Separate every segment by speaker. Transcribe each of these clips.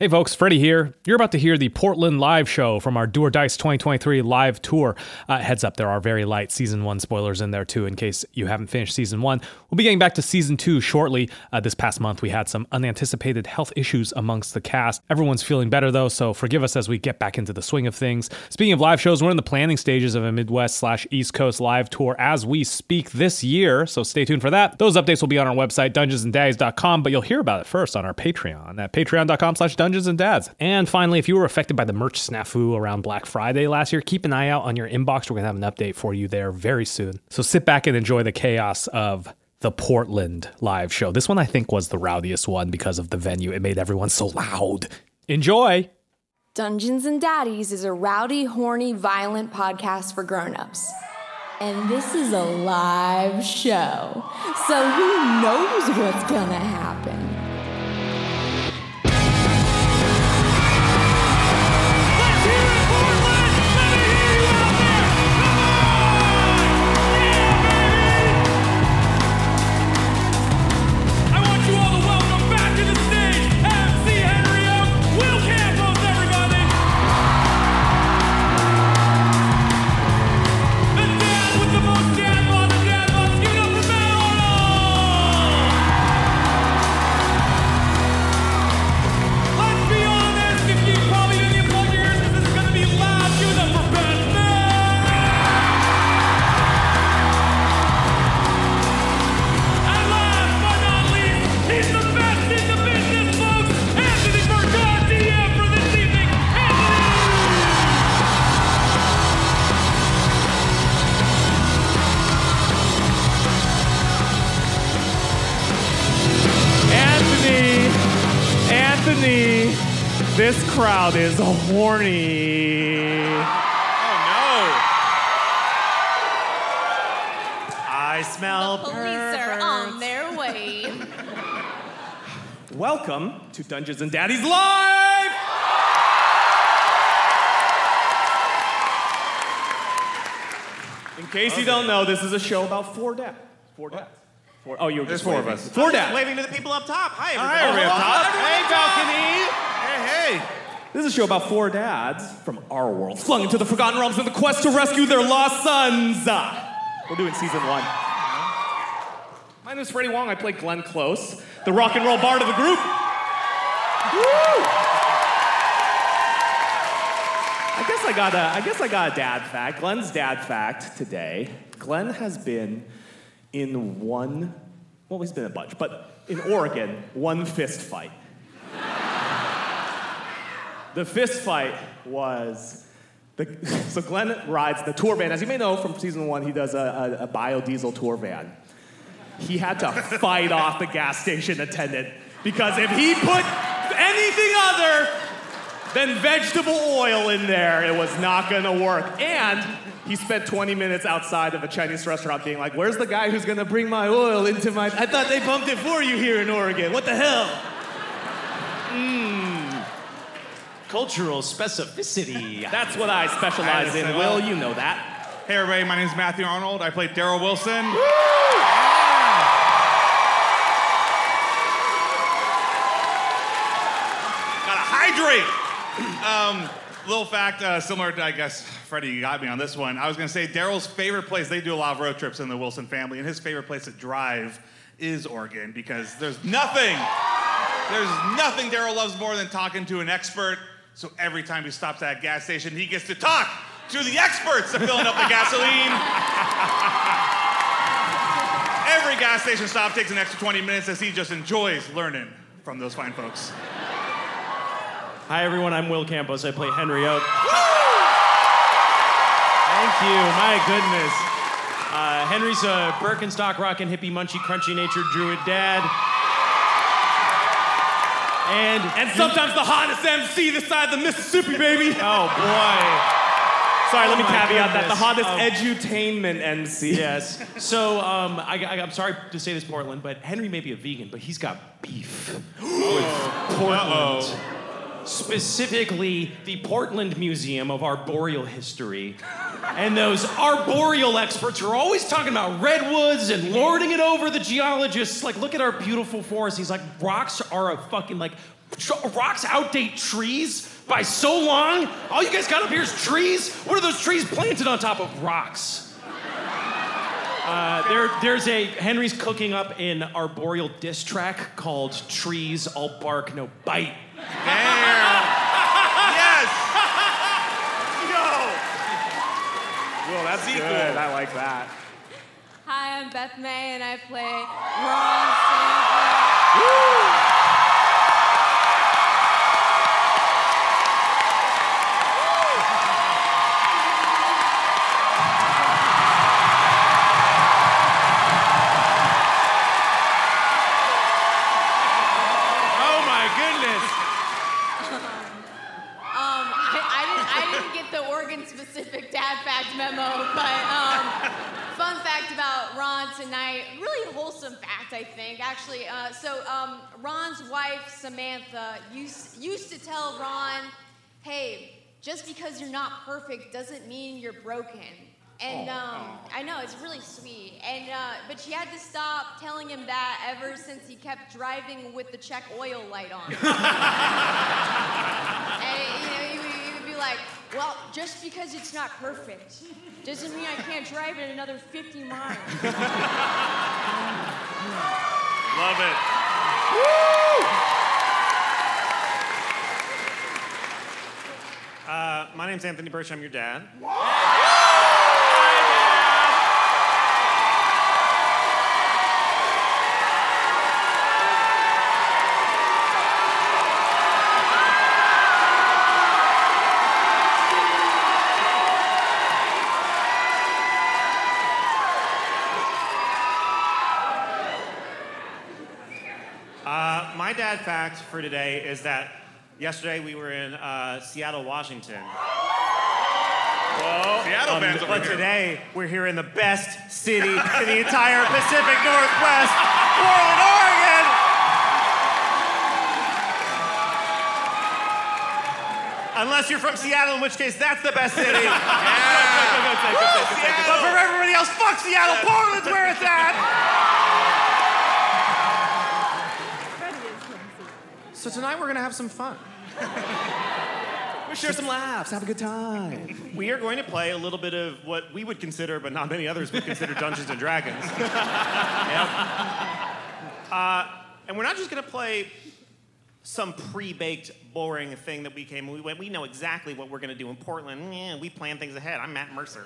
Speaker 1: Hey folks, Freddie here. You're about to hear the Portland live show from our Do or Dice 2023 live tour. Uh, heads up, there are very light season one spoilers in there too, in case you haven't finished season one. We'll be getting back to season two shortly. Uh, this past month, we had some unanticipated health issues amongst the cast. Everyone's feeling better though, so forgive us as we get back into the swing of things. Speaking of live shows, we're in the planning stages of a Midwest slash East Coast live tour as we speak this year, so stay tuned for that. Those updates will be on our website, dungeonsanddads.com, but you'll hear about it first on our Patreon at patreon.com slash dungeons and dads. And finally, if you were affected by the merch snafu around Black Friday last year, keep an eye out on your inbox. We're going to have an update for you there very soon. So sit back and enjoy the chaos of the Portland live show. This one, I think, was the rowdiest one because of the venue. It made everyone so loud. Enjoy.
Speaker 2: Dungeons and Daddies is a rowdy, horny, violent podcast for grown-ups. And this is a live show. So who knows what's gonna happen?
Speaker 3: I want you all to welcome back to the stage MC Henry Oak, Will Campos, everybody. The dad with the most dad bod, the dad bods. Give it up for Matt Arnold. Let's be honest, if you probably didn't even plug your ears, this is going to be loud. Give it up for Matt Matt. And last but not least, he's the best in the business, folks. Anthony Burgott, DM for this evening. Anthony!
Speaker 4: Anthony, Anthony, this crowd is horny.
Speaker 3: Oh
Speaker 4: I smell pervert.
Speaker 5: on their way.
Speaker 4: Welcome to Dungeons and Daddies Live. In case you don't know, this is a show about four dads. Four dads. Four, oh, you were
Speaker 6: There's
Speaker 4: just
Speaker 6: four of
Speaker 4: waving.
Speaker 6: us.
Speaker 4: Four dads.
Speaker 6: Waving to the people up top. Hi,
Speaker 4: Hi,
Speaker 6: everybody.
Speaker 4: everyone.
Speaker 6: Hey,
Speaker 4: Hey, balcony.
Speaker 6: balcony. Hey, hey.
Speaker 4: This is a show about four dads from our world, flung into the forgotten realms in the quest to rescue their lost sons. We're doing season one. My name is Freddie Wong. I play Glenn Close, the rock and roll bard of the group. Woo! I guess I got a, I guess I got a dad fact. Glenn's dad fact today. Glenn has been in one, well, he's been in a bunch, but in Oregon, one fist fight. The fist fight was. The, so Glenn rides the tour van. As you may know from season one, he does a, a, a biodiesel tour van. He had to fight off the gas station attendant because if he put anything other than vegetable oil in there, it was not going to work. And he spent 20 minutes outside of a Chinese restaurant being like, Where's the guy who's going to bring my oil into my. I thought they pumped it for you here in Oregon. What the hell?
Speaker 6: Cultural specificity.
Speaker 4: That's what I specialize in, Will. You know that.
Speaker 6: Hey, everybody. My name is Matthew Arnold. I play Daryl Wilson. Gotta hydrate. Um, little fact, uh, similar to, I guess, Freddie, you got me on this one. I was gonna say Daryl's favorite place, they do a lot of road trips in the Wilson family, and his favorite place to drive is Oregon because there's nothing, there's nothing Daryl loves more than talking to an expert. So every time he stops at a gas station, he gets to talk to the experts to filling up the gasoline. Every gas station stop takes an extra 20 minutes as he just enjoys learning from those fine folks.
Speaker 7: Hi, everyone. I'm Will Campos. I play Henry Oak. Thank you. My goodness. Uh, Henry's a Birkenstock rockin' hippie munchy crunchy nature druid dad. And
Speaker 4: And sometimes the hottest MC this side of the Mississippi, baby.
Speaker 7: oh boy,
Speaker 4: Sorry, let me
Speaker 7: Oh my
Speaker 4: caveat that the
Speaker 7: goodness.
Speaker 4: hottest
Speaker 7: Oh.
Speaker 4: edutainment MC.
Speaker 7: yes. So um, I, I, I'm sorry to say this, Portland, but Henry may be a vegan, but he's got beef with Portland. Specifically, the Portland Museum of Arboreal History. And those arboreal experts are always talking about redwoods and lording it over the geologists. Like, look at our beautiful forest. He's like, rocks are a fucking like tr- rocks outdate trees by so long? All you guys got up here is trees? What are those trees planted on top of rocks? Uh, there, there's a Henry's cooking up an arboreal diss track called "Trees All Bark No Bite."
Speaker 4: yes.
Speaker 8: Well, that's good. I like that.
Speaker 5: Hi, I'm Beth May, and I play Ron Sanford.
Speaker 7: Oh my goodness!
Speaker 5: Um, I, I, didn't, I didn't get the Oregon-specific dad fact memo, but um, fun fact about Ron tonight, really wholesome fact, I think, actually. Uh, so um, Ron's wife, Samantha, used, used to tell Ron, hey, just because you're not perfect doesn't mean you're broken. And um, I know it's really sweet, and uh, but she had to stop telling him that ever since he kept driving with the check oil light on. And you know, you would, you would be like, well, just because it's not perfect doesn't mean I can't drive it another 50 miles.
Speaker 4: Love it.
Speaker 6: Uh, my name's Anthony Birch. I'm your dad. Uh, my dad fact for today is that yesterday we were in uh, Seattle, Washington. Um,
Speaker 4: Seattle fans over
Speaker 6: but
Speaker 4: here.
Speaker 6: today we're here in the best city in the entire Pacific Northwest, Portland, Oregon. Unless you're from Seattle, in which case that's the best city. But for everybody else, fuck Seattle. Portland's where it's at. So tonight we're gonna have some fun.
Speaker 8: Share some laughs. Have a good time.
Speaker 6: We are going to play a little bit of what we would consider, but not many others would consider Dungeons and Dragons. Yep. Uh, and we're not just going to play some pre-baked, boring thing that we came. We went. We know exactly what we're going to do in Portland. Yeah, we plan things ahead. I'm Matt Mercer.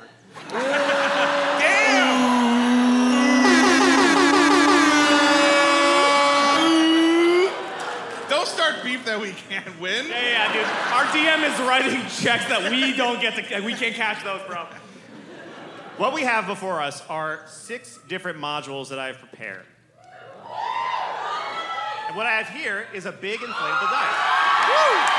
Speaker 4: Don't start beef that we can't win.
Speaker 6: Yeah, dude. Our DM is writing checks that we don't get to. We can't cash those, bro. What we have before us are six different modules that I've prepared. And what I have here is a big inflatable dice.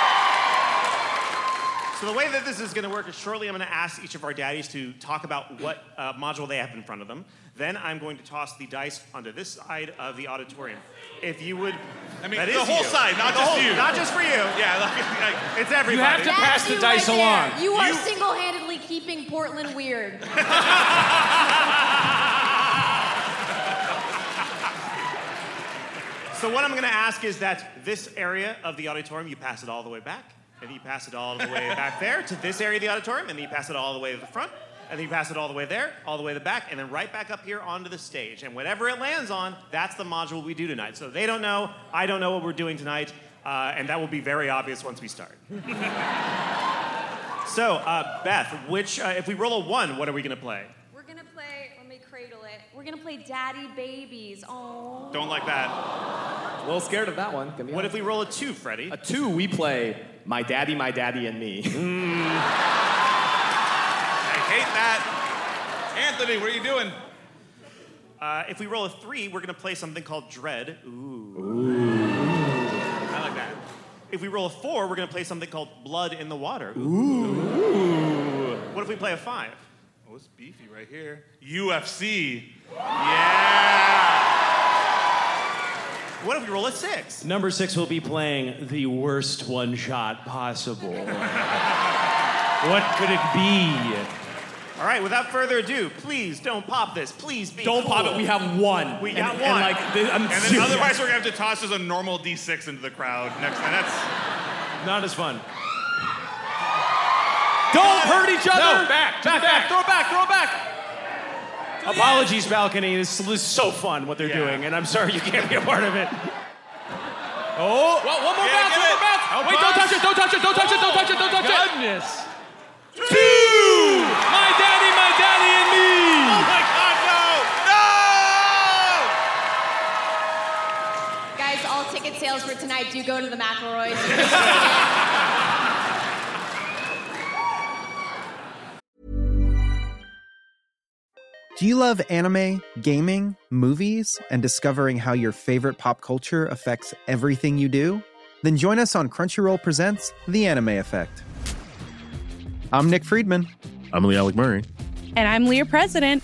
Speaker 6: So the way that this is going to work is shortly I'm going to ask each of our daddies to talk about what uh, module they have in front of them. Then I'm going to toss the dice onto this side of the auditorium. If you would,
Speaker 4: I mean,
Speaker 6: that
Speaker 4: the
Speaker 6: is
Speaker 4: whole
Speaker 6: you.
Speaker 4: side, not
Speaker 6: The
Speaker 4: just
Speaker 6: whole-
Speaker 4: you.
Speaker 6: not just for you.
Speaker 4: Yeah, like, like,
Speaker 6: It's everybody.
Speaker 7: have to- Pass the
Speaker 5: you
Speaker 7: dice
Speaker 5: right there.
Speaker 7: along.
Speaker 5: You are
Speaker 4: You-
Speaker 5: single-handedly keeping Portland weird.
Speaker 6: So what I'm going to ask is that this area of the auditorium, you pass it all the way back, and then you pass it all the way back there to this area of the auditorium, and then you pass it all the way to the front, and then you pass it all the way there, all the way to the back, and then right back up here onto the stage. And whatever it lands on, that's the module we do tonight. So they don't know, I don't know what we're doing tonight, uh, and that will be very obvious once we start. so uh, Beth, which uh, if we roll a one, what are we going to play?
Speaker 5: We're gonna play. Let me cradle it. We're gonna play Daddy Babies. Oh.
Speaker 6: Don't like that.
Speaker 8: A little scared of that one.
Speaker 6: What if we roll a two, Freddie?
Speaker 9: A two, we play My Daddy, My Daddy, and Me.
Speaker 6: Hmm.
Speaker 4: I hate that. Anthony, what are you doing?
Speaker 6: Uh, if we roll a three, we're gonna play something called Dread. Ooh. I like that. If we roll a four, we're gonna play something called Blood in the Water. Ooh. What if we play a five?
Speaker 4: Oh, it's beefy right here. UFC.
Speaker 6: What if we roll a six?
Speaker 7: Number six will be playing the worst one shot possible. what could it be?
Speaker 6: All right, without further ado, please don't pop this. Please be
Speaker 9: Don't pop it. We have one.
Speaker 6: We
Speaker 9: And-
Speaker 6: got
Speaker 9: and,
Speaker 6: one.
Speaker 9: like, th- I'm
Speaker 4: And then
Speaker 9: serious.
Speaker 4: otherwise, we're gonna have to toss as a normal D6 into the crowd next time. That's
Speaker 7: Not as fun.
Speaker 9: don't hurt each other.
Speaker 7: No, back, back, back.
Speaker 9: Throw it back. Throw it back.
Speaker 7: Apologies, balcony. This, is so fun what they're
Speaker 4: Yeah.
Speaker 7: doing, and I'm sorry you can't be a part of it.
Speaker 4: Oh.
Speaker 9: Whoa, one more
Speaker 4: Yeah,
Speaker 9: bounce.
Speaker 4: get
Speaker 9: One
Speaker 4: it.
Speaker 9: more bounce.
Speaker 7: Out
Speaker 9: Wait, don't
Speaker 7: bounce.
Speaker 9: touch it. Don't touch it. Don't touch it. Don't touch it. Don't touch it.
Speaker 7: Goodness.
Speaker 4: two.
Speaker 9: My daddy, my daddy, and me.
Speaker 4: Oh my God!
Speaker 5: Guys, all ticket sales for tonight do go to the McElroys.
Speaker 10: Do you love anime, gaming, movies, and discovering how your favorite pop culture affects everything you do? Then join us on Crunchyroll Presents The Anime Effect. I'm Nick Friedman.
Speaker 11: I'm Lee Alec Murray.
Speaker 12: And I'm Leah President.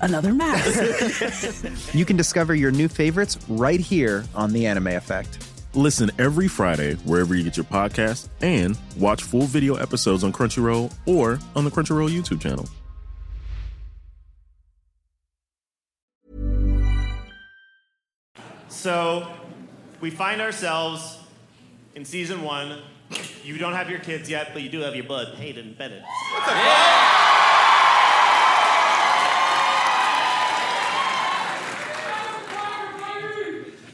Speaker 12: another mask.
Speaker 10: you can discover your new favorites right here on The Anime Effect.
Speaker 11: Listen every Friday wherever you get your podcast and watch full video episodes on Crunchyroll or on the Crunchyroll YouTube channel.
Speaker 6: So we find ourselves in season one. You don't have your kids yet, but you do have your bud, Hayden Bennett.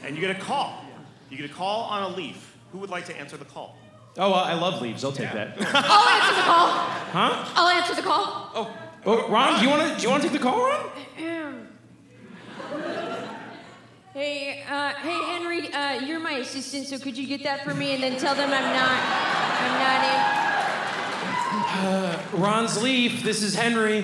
Speaker 6: And you get a call. You get a call on a leaf. Who would like to answer the call?
Speaker 7: Oh, uh, I love leaves. I'll take that.
Speaker 5: I'll answer the call. Huh? I'll answer the call.
Speaker 7: Oh, oh Ron, do you want to do you want to take the call, Ron?
Speaker 5: Hey, uh, hey, Henry, uh, you're my assistant, so could you get that for me and then tell them I'm not, I'm not
Speaker 7: Ron's leaf. This is Henry.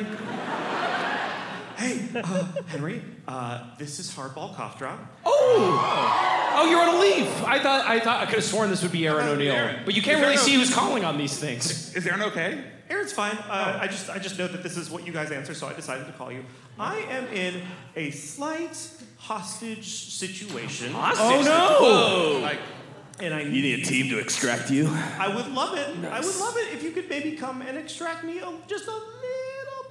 Speaker 6: Henry, uh, this is Hard Ball Cough Drop.
Speaker 7: Oh, oh, you're on a leaf. I thought I thought I could have sworn this would be Aaron O'Neill, but you can't really see who's calling on these things.
Speaker 4: Is Aaron okay?
Speaker 6: Aaron's fine. Uh, I just I just know that this is what you guys answer, so I decided to call you. I am in a slight hostage situation.
Speaker 7: Oh no!
Speaker 4: Like,
Speaker 6: And I
Speaker 9: You need a team to extract you.
Speaker 6: I would love it. I would love it if you could maybe come and extract me a, just a little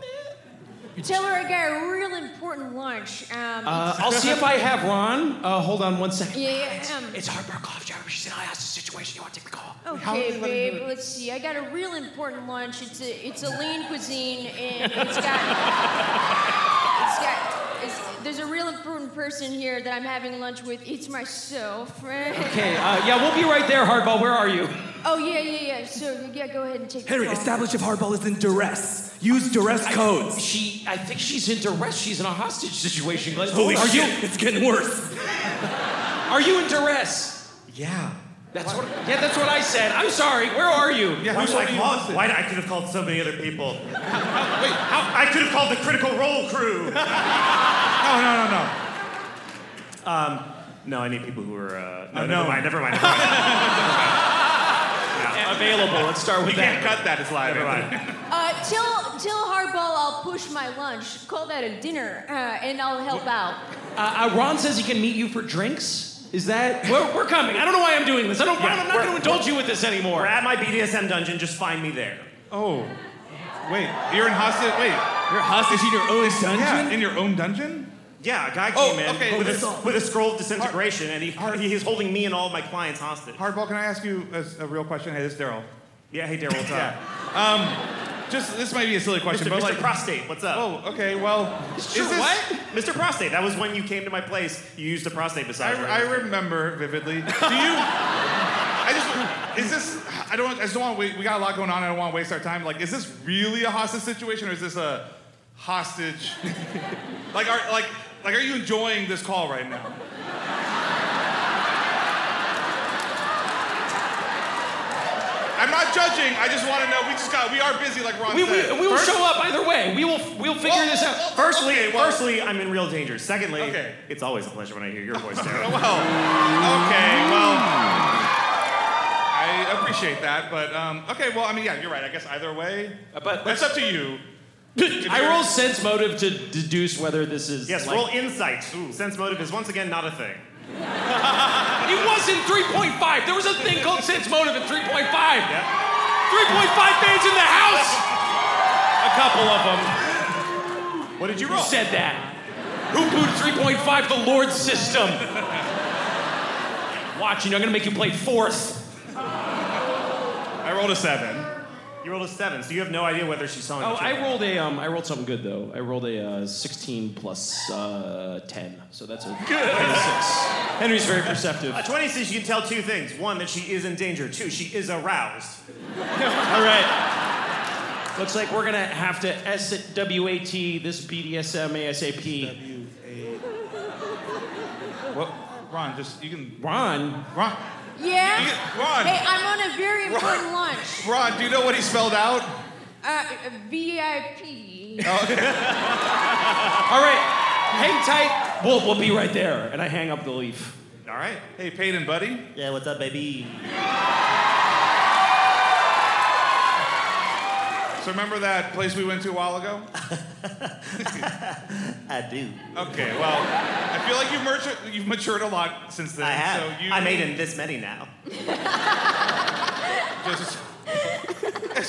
Speaker 6: bit.
Speaker 5: in. Tell her I got a real important lunch. Um,
Speaker 7: Uh, I'll see if I have Ron. Uh, hold on one second.
Speaker 5: Yeah, yeah, um,
Speaker 7: It's Harper Cough Driver. She's in a hostage situation. You want to take "Oh, the call?
Speaker 5: Okay, babe. Let's see. I got a real important lunch. It's a it's a lean cuisine, and it's got it's got. It's, there's a real important person here that I'm having lunch with. It's myself. oh
Speaker 7: Okay. Uh, yeah, we'll be right there, Hardball. Where are you?
Speaker 5: yeah, yeah, yeah. So yeah, go ahead and take.
Speaker 9: Henry,
Speaker 5: the call.
Speaker 9: establish if Hardball is in duress. Use duress codes.
Speaker 7: She. I think she's in duress. She's in a hostage situation. Glenn.
Speaker 9: Holy
Speaker 7: are
Speaker 9: shit, it's getting worse.
Speaker 7: you? Are you in duress?
Speaker 6: Yeah.
Speaker 7: That's what. Yeah, that's what I said. I'm sorry. Where are you?
Speaker 6: Yeah, why, I call, why I could have called so many other people. Wait, how, I could have called the Critical Role crew.
Speaker 4: no, no, no, no.
Speaker 6: no, I need people who are. Uh, no,
Speaker 4: Oh,
Speaker 6: never
Speaker 4: no.
Speaker 6: mind. Never mind. Never mind.
Speaker 7: Available. Let's start
Speaker 4: You
Speaker 7: with
Speaker 4: can't
Speaker 7: that.
Speaker 4: cut that. It's live.
Speaker 6: never mind.
Speaker 5: Uh, till till hardball, I'll push my lunch. Call that a dinner, uh, and I'll help out.
Speaker 7: Uh, uh, Ron says he can meet you for drinks. Is that? We're, we're coming. I don't know why I'm doing this. I don't.
Speaker 6: Yeah,
Speaker 7: I'm not
Speaker 6: we're-
Speaker 7: going to indulge you with this anymore.
Speaker 6: We're at my BDSM dungeon. Just find me there.
Speaker 4: Oh, wait. You're in hostage. Wait.
Speaker 9: You're hostage in your own dungeon.
Speaker 4: Yeah, in your own dungeon.
Speaker 6: Yeah, a guy
Speaker 4: Oh,
Speaker 6: came in
Speaker 4: okay,
Speaker 6: with,
Speaker 4: this-
Speaker 6: a, with a scroll of disintegration, and he, he's holding me and all of my clients hostage.
Speaker 4: Hardball, can I ask you a, a real question? Hey, this is Daryl. Uh, um,
Speaker 6: Yeah, hey Daryl, what's up?
Speaker 4: Just this might be a silly question,
Speaker 6: Mr.
Speaker 4: but
Speaker 6: Mr.
Speaker 4: like,
Speaker 6: Prostate, what's up?
Speaker 4: oh, okay. Well, is
Speaker 7: Sure,
Speaker 4: this?
Speaker 7: what?
Speaker 6: Mr. Prostate, that was when you came to my place. You used a prostate
Speaker 4: I,
Speaker 6: beside
Speaker 4: I remember vividly. Do you? I just is this. I don't. I just don't want. We, we got a lot going on. I don't want to waste our time. Like, is this really a hostage situation, or is this a hostage? like, are like like are you enjoying this call right now? I'm not judging. I just want to know. We just got. We are busy, like Ron
Speaker 7: We,
Speaker 4: said.
Speaker 7: we, we will
Speaker 4: First-
Speaker 7: show up either way. We will we'll figure this out.
Speaker 6: Firstly, firstly, I'm in real danger. Secondly, it's always a pleasure when I hear your voice, Darren.
Speaker 4: well, okay, well. I appreciate that, but um, okay. Well, I mean, yeah, you're right. I guess either way,
Speaker 7: but
Speaker 4: that's up to you.
Speaker 7: I roll sense motive to deduce whether this is.
Speaker 6: Yes,
Speaker 7: like-
Speaker 6: roll insight. Sense motive is once again not a thing.
Speaker 7: It wasn't 3.5. There was a thing called sense motive at 3.5. 3.5 fans in the house. A couple of them.
Speaker 6: What did you roll?
Speaker 7: Who said that? Who booed 3.5? The Lord system. Watching, I'm gonna make you play fourth.
Speaker 4: I rolled a seven.
Speaker 6: You rolled a seven, so you have no idea whether she's selling.
Speaker 7: Oh,
Speaker 6: the
Speaker 7: I
Speaker 6: chicken.
Speaker 7: rolled a um, I rolled something good though. I rolled a uh, 16 plus uh, 10, so that's a good six. Henry's very perceptive.
Speaker 6: A 20 says you can tell two things. One, that she is in danger. Two, she is aroused.
Speaker 7: All right. Looks like we're gonna have to S it W A T this BDSM ASAP.
Speaker 4: Well, Ron, just you can.
Speaker 7: Ron,
Speaker 4: Ron,
Speaker 5: Yeah?
Speaker 4: you can, Ron,
Speaker 5: Hey, I'm on a very important lunch.
Speaker 4: Ron. Do you know what he spelled out?
Speaker 5: Uh, VIP.
Speaker 7: all right, hang tight. We'll, we'll be right there. And I hang up the leaf.
Speaker 6: All right.
Speaker 4: Hey, Peyton, buddy.
Speaker 6: Yeah, what's up, baby?
Speaker 4: So remember that place we went to a while ago?
Speaker 6: I do.
Speaker 4: Okay, well, I feel like you've matured, you've matured a lot since then.
Speaker 6: I
Speaker 4: So you
Speaker 6: have. I made in this many now.
Speaker 4: Just, just-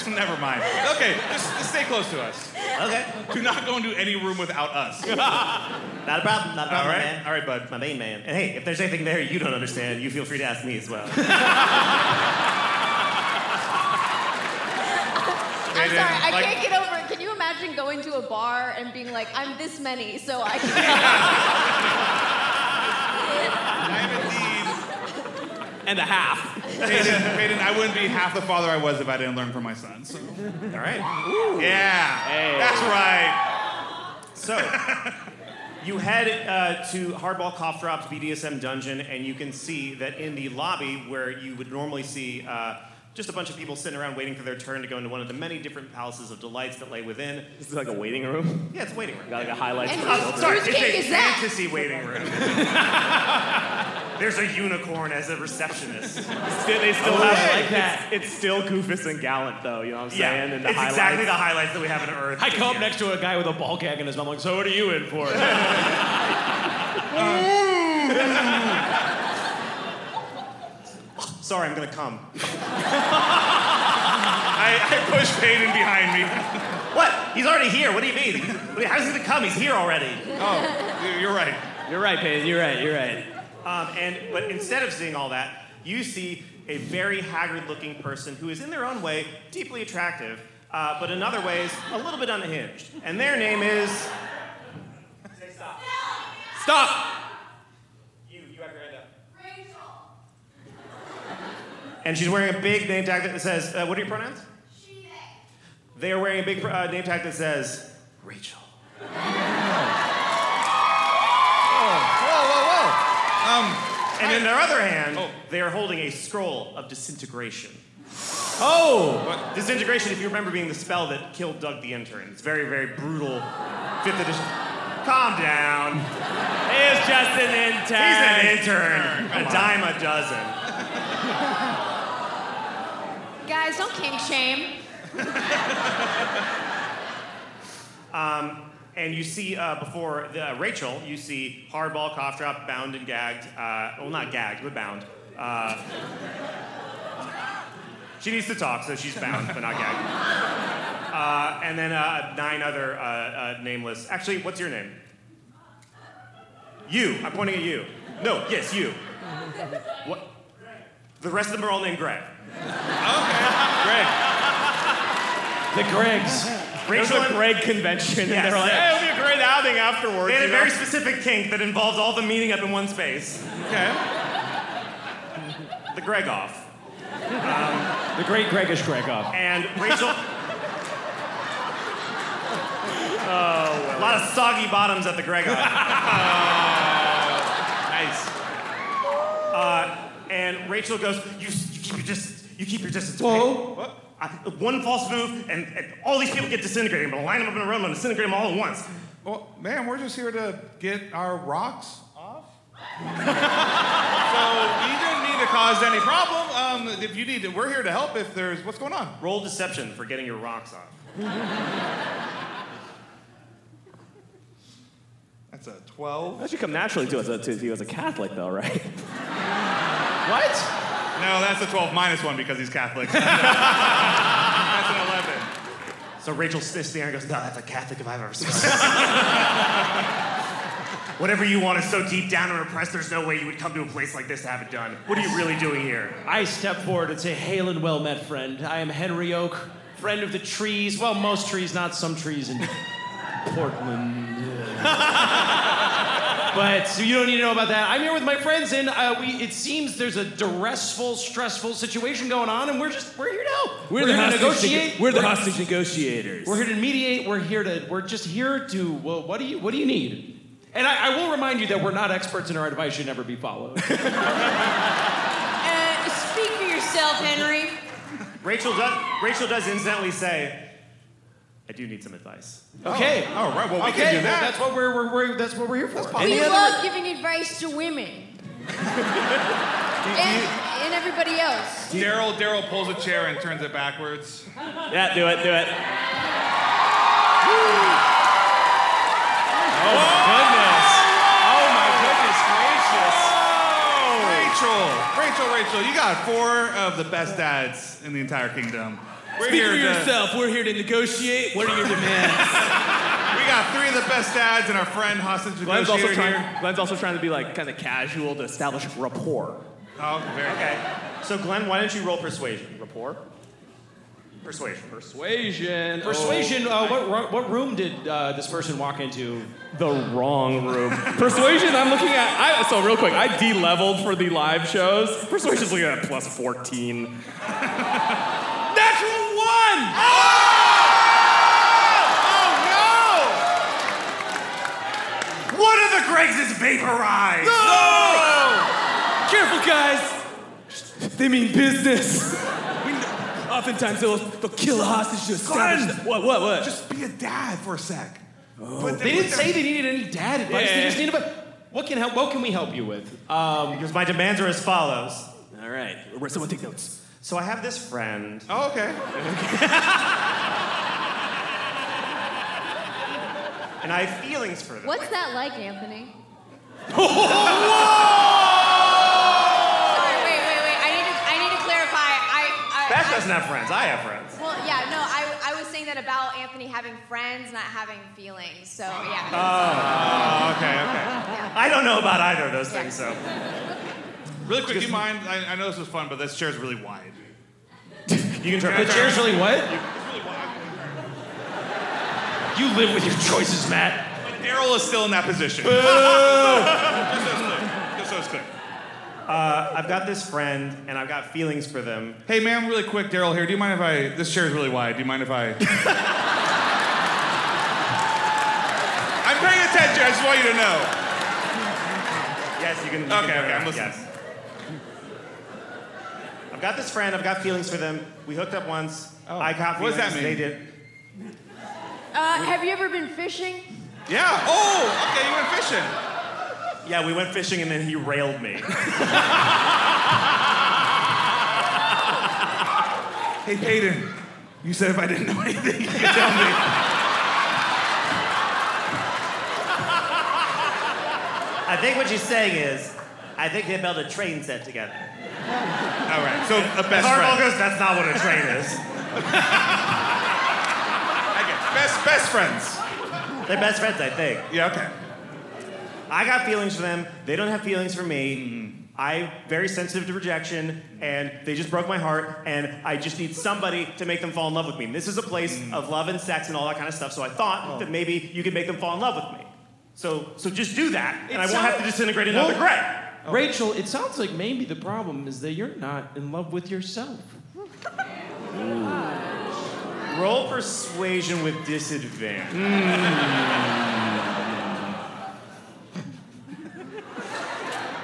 Speaker 4: never mind. Okay, just, just stay close to us.
Speaker 6: Okay.
Speaker 4: Do not go into any room without us. All
Speaker 6: Not a problem. Not a problem, my
Speaker 4: right,
Speaker 6: man.
Speaker 4: all right, bud.
Speaker 6: My main man. And hey, if there's anything there you don't understand, you feel free to ask me as well.
Speaker 5: I'm sorry, I
Speaker 4: like-
Speaker 5: can't get over it. Can you imagine going to a bar and being like, I'm this many, so I can
Speaker 4: I am indeed.
Speaker 7: And a half.
Speaker 4: Peyton, Peyton, I wouldn't be half the father I was if I didn't learn from my son. So.
Speaker 6: All right.
Speaker 4: Yeah, that's right.
Speaker 6: So, you head uh, to Hardball Cough Drops BDSM dungeon, and you can see that in the lobby where you would normally see uh, just a bunch of people sitting around waiting for their turn to go into one of the many different palaces of delights that lay within.
Speaker 8: This is like a waiting room.
Speaker 6: Yeah, it's a waiting room.
Speaker 8: Got like a highlights.
Speaker 5: And
Speaker 8: for
Speaker 5: who's-
Speaker 8: adults.
Speaker 6: Oh, Sorry,
Speaker 5: Whose
Speaker 6: it's
Speaker 5: cake
Speaker 6: a
Speaker 5: is that?
Speaker 6: fantasy waiting room. There's a unicorn as a receptionist.
Speaker 8: Still- they still
Speaker 6: Oh,
Speaker 8: have
Speaker 6: hey.
Speaker 8: like
Speaker 7: Like that.
Speaker 8: It's, it's still Goofus and Gallant though. You know what I'm saying?
Speaker 6: yeah,
Speaker 8: And the
Speaker 6: it's
Speaker 8: highlights.
Speaker 6: exactly the highlights that we have in Earth.
Speaker 7: I come up next to a guy with a ball gag in his mouth. I'm like, so what are you in for?
Speaker 6: Sorry, I'm gonna come.
Speaker 4: I, I pushed Peyton behind me.
Speaker 6: What? He's already here. What do you mean? How's he gonna come? He's here already.
Speaker 4: Oh, you're right.
Speaker 7: You're right, Peyton. You're right. You're right.
Speaker 6: Um, and but instead of seeing all that, you see a very haggard-looking person who is, in their own way, deeply attractive, uh, but in other ways, a little bit unhinged. And their name is.
Speaker 7: Stop.
Speaker 6: You. You have your hand up. And she's wearing a big name tag that says, uh, "What are your pronouns?" She. They are wearing a big uh, name tag that says, "Rachel."
Speaker 4: Um,
Speaker 6: And in their other hand, they are holding a scroll of disintegration.
Speaker 7: Oh.
Speaker 6: Disintegration, if you remember, being the spell that killed Doug the intern. It's very, very brutal. Fifth edition. Calm down.
Speaker 7: It's just an
Speaker 6: He's
Speaker 7: intact.
Speaker 6: an intern. A dime a dozen.
Speaker 5: Guys, don't kink shame.
Speaker 6: And you see uh, before the, Rachel, you see hardball, cough drop, bound and gagged. Uh, well, not gagged, but bound. Uh, she needs to talk, so she's bound, but not gagged. Uh, and then uh, nine other uh, uh, nameless. Actually, what's your name? You. I'm pointing at you. No, yes, you. What? The rest of them are all named Greg.
Speaker 7: The Gregs.
Speaker 8: There's
Speaker 6: Rachel
Speaker 8: a
Speaker 6: and
Speaker 8: Greg convention, and
Speaker 6: Yes.
Speaker 8: they're like, "Hey, it'll be a great outing afterwards."
Speaker 6: They had a
Speaker 8: you know?
Speaker 6: very specific kink that involved all the meeting up in one space.
Speaker 4: Okay.
Speaker 6: The Greg off.
Speaker 7: The great Gregish Gregoff.
Speaker 6: And Rachel. a lot of soggy bottoms at the Uh, Greg off.
Speaker 4: Nice.
Speaker 6: Uh, and Rachel goes, you, you keep your distance. You keep your distance.
Speaker 7: Whoa.
Speaker 6: Okay? I, one false move, and, and all these people get disintegrated. I'm gonna line them up in a row. I'm gonna disintegrate them all at once.
Speaker 4: Well, man, we're just here to get our rocks off. so you didn't need to cause any problem. Um, if you need to, we're here to help. If there's what's going on.
Speaker 6: Roll deception for getting your rocks off.
Speaker 4: That's a twelve.
Speaker 8: That should come naturally to us uh, to you as a Catholic, though, right?
Speaker 4: What? No, that's a twelve minus one because he's Catholic. that's an eleven.
Speaker 6: So Rachel sniffs the air and goes, "No, that's a Catholic if I've ever seen." Whatever you want is so deep down and repressed. There's no way you would come to a place like this to have it done. What are you really doing here?
Speaker 7: I step forward and say, Hail and well met, friend. I am Henry Oak, friend of the trees. Well, most trees, not some trees in Portland. but you don't need to know about that. I'm here with my friends, and uh, we, it seems there's a duressful, stressful situation going on, and we're just we're here to help.
Speaker 9: We're, the
Speaker 7: here to
Speaker 9: hostage
Speaker 7: negotiate.
Speaker 9: neg- we're the hostage negotiators.
Speaker 7: We're here to mediate. We're here to. We're just here to. Well, what do you What do you need? And I, I will remind you that we're not experts, and our advice should never be followed.
Speaker 5: Uh, speak for yourself, Henry.
Speaker 6: Rachel does. Rachel does incidentally say, "I do need some advice."
Speaker 7: Okay.
Speaker 4: Oh. All right. Well, we
Speaker 7: okay.
Speaker 4: can do
Speaker 7: well,
Speaker 4: that.
Speaker 7: that's what we're, we're, we're that's what we're here for.
Speaker 5: we love giving advice to women. and, and everybody else.
Speaker 4: Daryl Daryl pulls a chair and turns it backwards.
Speaker 8: Yeah, do it, do it.
Speaker 6: "Oh,
Speaker 4: Rachel, Oh! Rachel, Rachel, you got four of the best dads in the entire kingdom. We're
Speaker 9: Speak
Speaker 4: here
Speaker 9: for
Speaker 4: to-
Speaker 9: yourself. We're here to negotiate. What are your demands?
Speaker 4: We got three of the best dads and our friend hostage
Speaker 8: Glenn's also,
Speaker 4: negotiator here.
Speaker 8: trying, Glenn's also trying to be like kind of casual to establish rapport.
Speaker 4: Oh, very good.
Speaker 6: Okay. So Glenn, why don't you roll persuasion? Rapport. Persuasion.
Speaker 4: Oh.
Speaker 7: Persuasion. Persuasion. Uh, what, ro- what room did uh, this person walk into?
Speaker 8: The wrong room.
Speaker 9: Persuasion, I'm looking at.
Speaker 8: I, so real quick, I de-leveled for the live shows. Persuasion's looking at plus 14. Natural one!
Speaker 4: Oh
Speaker 6: One of the Gregs is vaporized.
Speaker 9: Careful, guys! They mean business. We know- Oftentimes they'll, they'll kill a hostage to establish.
Speaker 4: Glenn!
Speaker 9: What, what, what?
Speaker 4: no! Just be a dad for a sec. But
Speaker 7: They didn't say they needed any dad advice. They
Speaker 9: Yeah.
Speaker 7: just needed. a- What can help? What can we help you with? Um,
Speaker 6: Because my demands are as follows.
Speaker 9: All right, someone take notes.
Speaker 6: So I have this friend.
Speaker 4: Oh, okay.
Speaker 6: and I have feelings for them.
Speaker 5: What's that like, Anthony? Sorry, wait, wait, wait. I need to, I need to clarify. I, I,
Speaker 6: Beth
Speaker 5: I-
Speaker 6: doesn't have friends. I have friends.
Speaker 5: Well, yeah, no, I, I was saying that about Anthony having friends, not having feelings. So, yeah.
Speaker 4: Oh, okay, okay.
Speaker 6: I don't know about either of those things, so.
Speaker 4: Really quick, do you mind? I, I know this was fun, but this chair's really wide.
Speaker 6: You can turn
Speaker 7: the chair's really what? You live with your choices, Matt.
Speaker 4: But Daryl is still in that position. Just so it's clear. Just so it's clear.
Speaker 6: Uh, I've got this friend, and I've got feelings for them.
Speaker 4: Hey, ma'am, really quick, Daryl here. Do you mind if I? This chair's really wide. Do you mind if I? I'm paying attention. I just want you to know.
Speaker 6: Yes, you can. You
Speaker 4: Okay,
Speaker 6: can turn
Speaker 4: okay, I'm
Speaker 6: around.
Speaker 4: listening.
Speaker 6: Yes. I've got this friend. I've got feelings for them. We hooked up once.
Speaker 4: Oh.
Speaker 6: I got
Speaker 4: What
Speaker 6: feelings.
Speaker 4: does that
Speaker 6: They
Speaker 4: mean?
Speaker 6: did.
Speaker 5: Uh, have you ever been fishing?
Speaker 4: Yeah. Oh, okay. You went fishing.
Speaker 6: Yeah, we went fishing, and then he railed me.
Speaker 4: Hey, Peyton. You said if I didn't know anything, you could tell me.
Speaker 6: I think what she's saying is, I think they built a train set together.
Speaker 4: All right. So a best
Speaker 6: Carl
Speaker 4: friend.
Speaker 6: goes, that's not what a train is.
Speaker 4: Okay. Best best friends.
Speaker 6: They're best friends, I think.
Speaker 4: Yeah. Okay.
Speaker 6: I got feelings for them. They don't have feelings for me. I'm very sensitive to rejection, and they just broke my heart, and I just need somebody to make them fall in love with me. And this is a place of love and sex and all that kind of stuff, so I thought that maybe you could make them fall in love with me. So, so just do that, and I
Speaker 7: It's
Speaker 6: won't
Speaker 7: not-
Speaker 6: have to disintegrate another
Speaker 7: Well-
Speaker 6: Greg.
Speaker 4: Oh.
Speaker 7: Rachel, it sounds like maybe the problem is that you're not in love with yourself.
Speaker 6: Roll persuasion with disadvantage.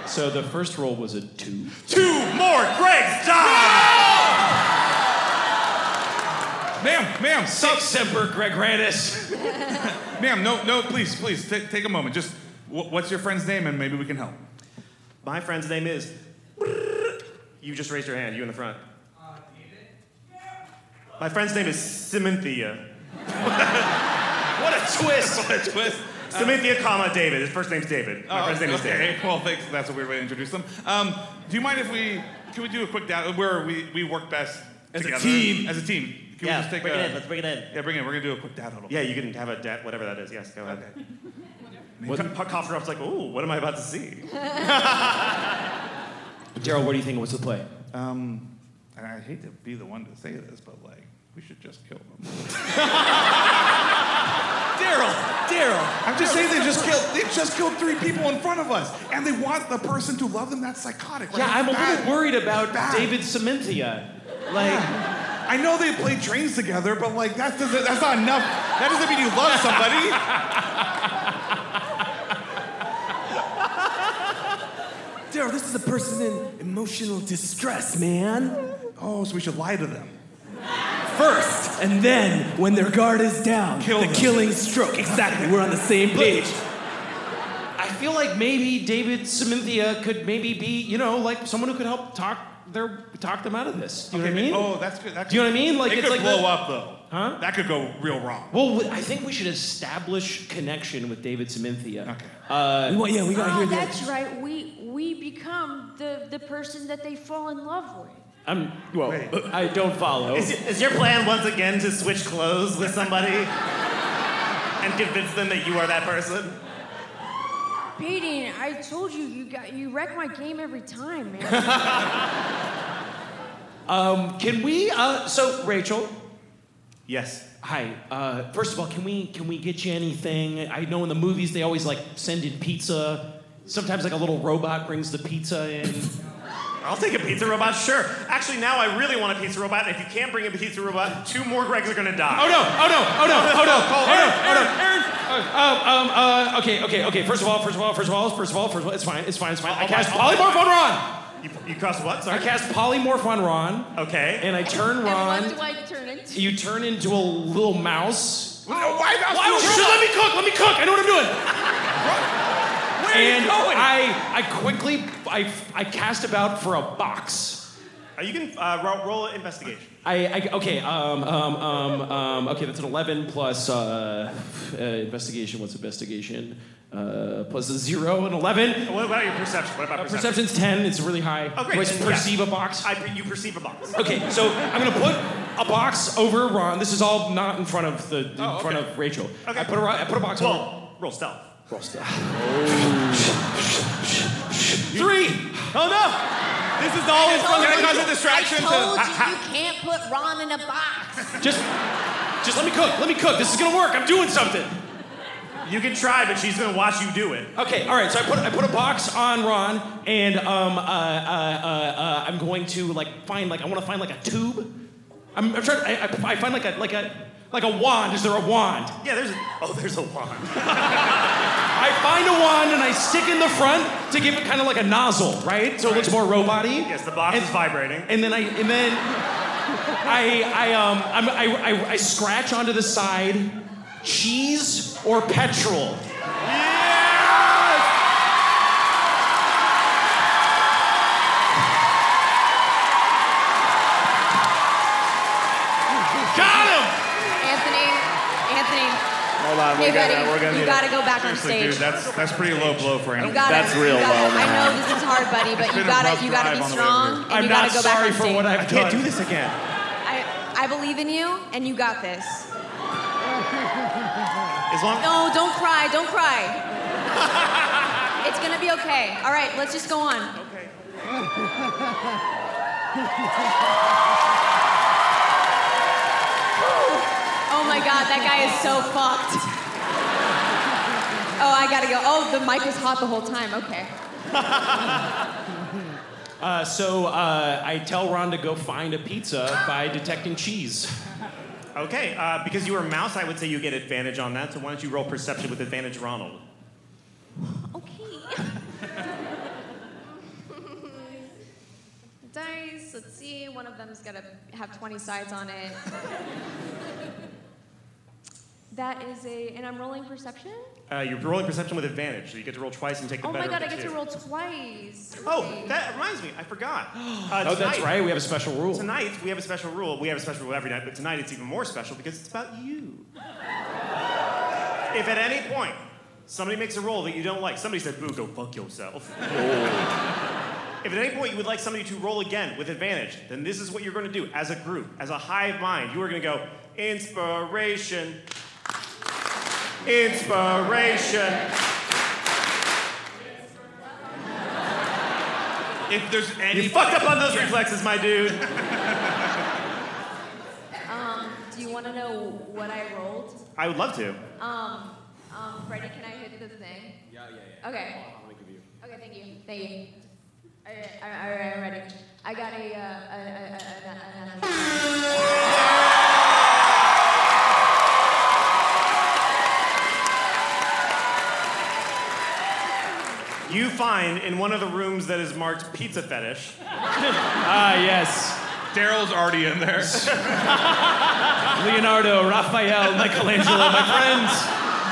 Speaker 7: So the first roll was a two.
Speaker 6: Two more Gregs die!
Speaker 4: Ma'am, ma'am, stop.
Speaker 7: Semper Gregoranis.
Speaker 4: ma'am, no, no, please, please, ta- take a moment. Just, wh- what's your friend's name, and maybe we can help.
Speaker 6: My friend's name is. You just raised your hand. You in the front. My friend's name is Cynthia.
Speaker 7: what a twist! Uh,
Speaker 4: what a twist!
Speaker 6: Cynthia, comma David. His first name's David. My
Speaker 4: Uh, Oh,
Speaker 6: friend's name is David.
Speaker 4: okay. Well, thanks. That's a weird way to introduce them. Um, do you mind if we can we do a quick down where we, we work best
Speaker 6: As a
Speaker 4: together?
Speaker 6: team.
Speaker 4: As a team. Can
Speaker 6: Yeah,
Speaker 4: we just take
Speaker 6: bring
Speaker 4: a,
Speaker 6: it in. Let's bring it in.
Speaker 4: Yeah, bring it. in. We're gonna do a quick dad huddle.
Speaker 6: Yeah, you can have a debt, whatever that is. Yes, go ahead. What, cough drops like, ooh, what am I about to see?
Speaker 7: Daryl, what do you think? What's the play?
Speaker 4: Um, and I hate to be the one to say this, but like, we should just kill them.
Speaker 9: Daryl, Daryl.
Speaker 4: I'm just saying they just killed. They just killed three people in front of us, and they want the person to love them. That's psychotic. Right?
Speaker 7: Yeah, I'm a
Speaker 4: Bad.
Speaker 7: little worried about
Speaker 4: Bad.
Speaker 7: David Cynthia. Like,
Speaker 4: I know they play trains together, but like that doesn't. That's not enough. That doesn't mean you love somebody.
Speaker 9: Daryl, this is a person in emotional distress, man.
Speaker 4: oh, so we should lie to them.
Speaker 9: First, and then when their guard is down,
Speaker 4: Kill
Speaker 9: the
Speaker 4: them.
Speaker 9: killing stroke. Exactly, we're on the same page.
Speaker 7: I feel like maybe David Cynthia could maybe be, you know, like someone who could help talk their talk them out of this. Do you
Speaker 4: Okay,
Speaker 7: know what I mean?
Speaker 4: Oh, that's good. That
Speaker 7: Do you know what I mean? Like,
Speaker 4: it
Speaker 7: it's
Speaker 4: could
Speaker 7: like
Speaker 4: blow
Speaker 7: the-
Speaker 4: up though.
Speaker 7: Huh?
Speaker 4: That could go real wrong.
Speaker 7: Well, w- I think we should establish connection with David Cynthia.
Speaker 4: Okay.
Speaker 9: We want, yeah, we gotta
Speaker 13: Oh,
Speaker 9: hear the.
Speaker 13: that's right. We we become the the person that they fall in love with.
Speaker 7: I'm. Well,
Speaker 4: Wait.
Speaker 7: I don't follow.
Speaker 6: Is, is your plan once again to switch clothes with somebody and convince them that you are that person?
Speaker 13: Peyton, I told you you got you wreck my game every time, man.
Speaker 7: Um, can we? Uh, so, Rachel.
Speaker 6: Yes.
Speaker 7: Hi. Uh, first of all, can we can we get you anything? I know in the movies they always like send in pizza. Sometimes like a little robot brings the pizza in.
Speaker 6: I'll take a pizza robot, sure. Actually, now I really want a pizza robot. If you can't bring a pizza robot, two more Gregs are gonna die.
Speaker 7: Oh no! Oh no! Oh no! Oh no!
Speaker 6: Call
Speaker 7: Oh no!
Speaker 6: Aaron,
Speaker 7: Oh no! Um, um, uh, okay, okay, okay. First of all, first of all, first of all, first of all, first of all, it's fine, it's fine, it's fine. I
Speaker 6: I'll-
Speaker 7: cast
Speaker 6: I'll- I'll-
Speaker 7: polymorph on Ron.
Speaker 6: You, you cross what?
Speaker 7: I
Speaker 6: Sorry.
Speaker 7: cast polymorph on Ron,
Speaker 6: Okay.
Speaker 7: and I turn
Speaker 5: And what
Speaker 7: Ron.
Speaker 5: do I turn into?
Speaker 7: You turn into a little mouse.
Speaker 4: No, why not?
Speaker 7: Why would you let me cook? Let me cook. I know what I'm doing.
Speaker 4: Where
Speaker 7: And
Speaker 4: are you going?
Speaker 7: I, I quickly, I, I cast about for a box.
Speaker 6: Are you can uh, roll, roll an investigation.
Speaker 7: I, I okay. Um, um, um, um, okay, that's an 11 plus uh, uh, investigation. What's investigation? Uh, plus a zero and 11.
Speaker 6: What about your perception? What about
Speaker 7: Uh,
Speaker 6: perception?
Speaker 7: perception's 10, it's really high.
Speaker 6: Oh, great.
Speaker 7: Do I s-
Speaker 6: Yeah.
Speaker 7: perceive a box?
Speaker 6: I, per- you perceive a box.
Speaker 7: okay, so I'm gonna put a box over Ron. This is all not in front of the in
Speaker 4: Oh, okay.
Speaker 7: front of Rachel.
Speaker 6: Okay.
Speaker 7: I put a ro- I put a box over.
Speaker 6: Well, roll stealth.
Speaker 7: Three!
Speaker 6: Oh no!
Speaker 4: This is
Speaker 5: I
Speaker 4: always
Speaker 5: told
Speaker 4: going to
Speaker 5: you-
Speaker 4: cause a distraction.
Speaker 5: I told
Speaker 4: To,
Speaker 5: you you can't put Ron in a box.
Speaker 7: Just just let me cook, let me cook. This is gonna work. I'm doing something.
Speaker 6: You can try, but she's gonna watch you do it.
Speaker 7: Okay, all right. So I put I put a box on Ron, and um, uh, uh, uh, uh, I'm going to like find like I want to find like a tube. I'm, I'm trying. I, I, I find like a like a like a wand. Is there a wand?
Speaker 6: Yeah, there's a, oh, there's a wand.
Speaker 7: I find a wand and I stick in the front to give it kind of like a nozzle, right? So it looks more robot-y.
Speaker 6: Yes, the box
Speaker 7: and,
Speaker 6: is vibrating.
Speaker 7: And then I and then I I um I'm, I, I I scratch onto the side cheese or petrol.
Speaker 6: Got him!
Speaker 5: Anthony, Anthony,
Speaker 8: Hold on,
Speaker 5: hey buddy, you gotta go back on
Speaker 4: seriously,
Speaker 5: stage.
Speaker 4: dude, that's that's pretty low blow for him.
Speaker 5: You gotta,
Speaker 8: That's real
Speaker 5: you
Speaker 8: low,
Speaker 5: gotta, I
Speaker 8: man.
Speaker 5: know this is hard, buddy, but you
Speaker 4: been a rough
Speaker 5: gotta, you gotta be
Speaker 4: drive on the way
Speaker 5: strong,
Speaker 4: here.
Speaker 5: and
Speaker 7: I'm
Speaker 5: you
Speaker 7: not
Speaker 5: gotta go
Speaker 7: sorry
Speaker 5: back on
Speaker 7: for
Speaker 5: stage.
Speaker 7: what I've done.
Speaker 6: Can't do this again.
Speaker 5: I, I believe in you, and you got this.
Speaker 6: As long
Speaker 5: No, don't cry, don't cry. it's gonna be okay. All right, let's just go on. Oh my god, that guy is so fucked. Oh, I gotta go. Oh, the mic was hot the whole time. Okay.
Speaker 7: Uh, so uh, I tell Ron to go find a pizza by detecting cheese.
Speaker 6: Okay, uh, because you were a mouse, I would say you get advantage on that. So why don't you roll perception with advantage, Ronald?
Speaker 5: Okay. dice. Let's see. One of them's got to have 20 sides on it. that is a, and I'm rolling perception.
Speaker 6: Uh, you're rolling perception with advantage, so you get to roll twice and take the
Speaker 5: Oh
Speaker 6: better
Speaker 5: my god, I
Speaker 6: of the
Speaker 5: get to
Speaker 6: two.
Speaker 5: roll twice.
Speaker 6: Oh, that reminds me. I forgot. Uh,
Speaker 7: Oh, that's
Speaker 6: tonight-
Speaker 7: right, we have a special rule.
Speaker 6: Tonight we have a special rule. We have a special rule every night, but tonight it's even more special because it's about you. if at any point somebody makes a roll that you don't like, somebody said, "Boo, go fuck yourself." If at any point you would like somebody to roll again with advantage, then this is what you're going to do as a group, as a hive mind. You are going to go inspiration, inspiration.
Speaker 4: If there's any,
Speaker 6: You fucked up on those reflexes, my dude.
Speaker 5: Um, do you want to know what I rolled?
Speaker 6: I would love to.
Speaker 5: Um, um, Freddie, can I hit the thing?
Speaker 3: Yeah, yeah,
Speaker 5: Okay. Okay, thank you. Thank you. All right, all right, all right, I'm ready. I got a, uh, a, a, a,
Speaker 6: You find in one of the rooms that is marked pizza fetish.
Speaker 7: Ah, yes.
Speaker 4: Daryl's already in there.
Speaker 7: Leonardo, Raphael, Michelangelo, my friends.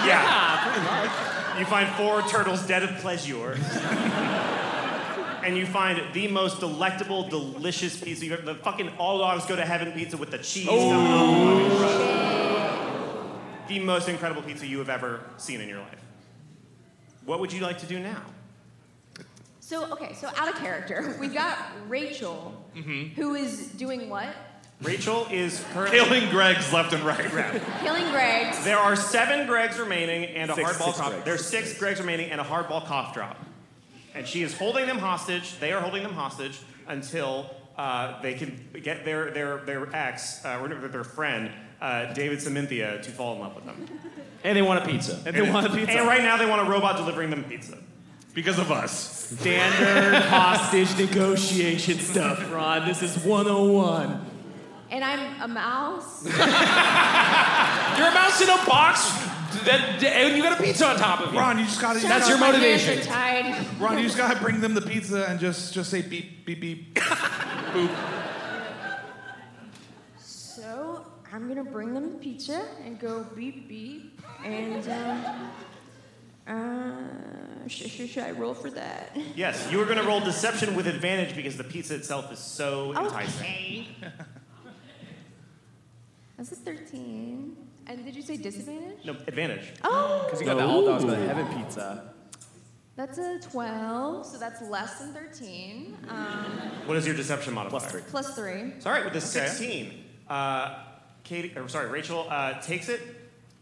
Speaker 6: Yeah. You find four turtles dead of pleasure. and you find the most delectable, delicious pizza you've ever. The fucking all dogs go to heaven pizza with the cheese. The most incredible pizza you have ever seen in your life. What would you like to do now?
Speaker 5: So, okay, so out of character, we've got Rachel,
Speaker 6: Mm-hmm.
Speaker 5: who is doing what?
Speaker 6: Rachel is currently
Speaker 4: Killing Greg's left and right.
Speaker 5: Killing Greg.
Speaker 6: There are seven Gregs remaining and a
Speaker 4: Six,
Speaker 6: hardball
Speaker 4: six
Speaker 6: cough.
Speaker 4: Gregs.
Speaker 6: There's six Gregs remaining and a hardball cough drop. And she is holding them hostage. They are holding them hostage until uh, they can get their their their ex, uh, or their- their friend, uh, David Cynthia, to fall in love with them.
Speaker 7: And they want a pizza. And
Speaker 6: And right now they want a robot delivering them pizza.
Speaker 4: Because of us.
Speaker 9: Standard hostage negotiation stuff, Ron. This is 101.
Speaker 5: And I'm a mouse.
Speaker 7: You're a mouse in a box, that, and you got a pizza on top of you.
Speaker 4: Ron, you just gotta.
Speaker 7: That's your
Speaker 5: My hands
Speaker 7: motivation.
Speaker 5: are tied.
Speaker 4: Ron, you just gotta bring them the pizza and just just say beep beep beep. Boop.
Speaker 13: So I'm
Speaker 5: Uh,
Speaker 13: gonna bring them the pizza and go beep beep and um, uh, sh- sh- should I roll for that?
Speaker 6: Yes, you are going to roll deception with advantage because the pizza itself is so enticing.
Speaker 5: Okay. This is 13. And did you say disadvantage?
Speaker 6: No advantage.
Speaker 5: Oh!
Speaker 14: Because you got the all dogs go to heaven pizza.
Speaker 5: That's a 12, so that's less than 13.
Speaker 2: uh,
Speaker 5: Um,
Speaker 6: What is your deception modifier? Plus three.
Speaker 5: plus 3.
Speaker 6: It's all right with the 16. Uh, Katie, or sorry, Rachel uh, takes it,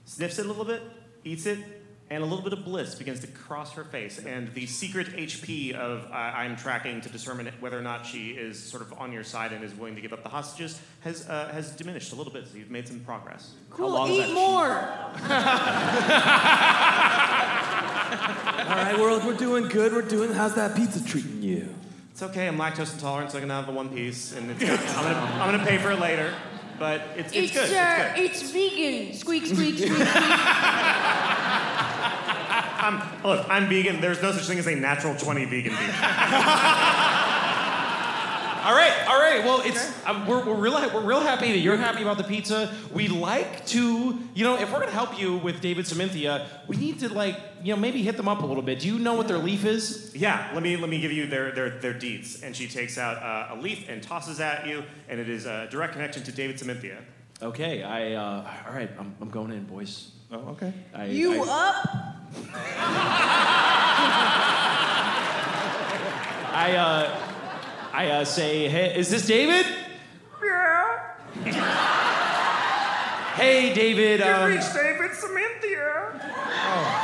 Speaker 6: sniffs it a little bit, eats it, and a little bit of bliss begins to cross her face. And the secret HP of uh, I'm tracking to determine whether or not she is sort of on your side and is willing to give up the hostages has uh, has diminished a little bit. So you've made some progress.
Speaker 13: Cool,
Speaker 6: long is
Speaker 13: eat
Speaker 6: that?
Speaker 13: more.
Speaker 9: All right, world, we're doing good. We're doing. How's that pizza treating you?
Speaker 6: It's okay. I'm lactose intolerant, so I can have the one piece, and it's gonna, I'm, gonna, I'm gonna pay for it later. But it's, it's
Speaker 13: It's
Speaker 6: good.
Speaker 13: uh,
Speaker 6: It's good.
Speaker 13: it's vegan. Squeak squeak squeak. squeak.
Speaker 6: I'm, look, I'm vegan. There's no such thing as a natural 20 vegan vegan.
Speaker 7: All right, all right. Well, it's um, we're, we're real we're real happy that you're happy about the pizza. We like to, you know, if we're gonna help you with David Cynthia, we need to like, you know, maybe hit them up a little bit. Do you know what their leaf is?
Speaker 6: Yeah, let me let me give you their their, their deeds. And she takes out uh, a leaf and tosses at you, and it is a direct connection to David Cynthia.
Speaker 7: Okay, I uh, all right. I'm, I'm going in, boys.
Speaker 4: Oh, okay.
Speaker 7: I,
Speaker 13: You
Speaker 7: I-
Speaker 13: up?
Speaker 7: I uh, I uh, say, hey, is this David?
Speaker 13: Yeah.
Speaker 7: Hey, David. Um,
Speaker 13: David Cynthia.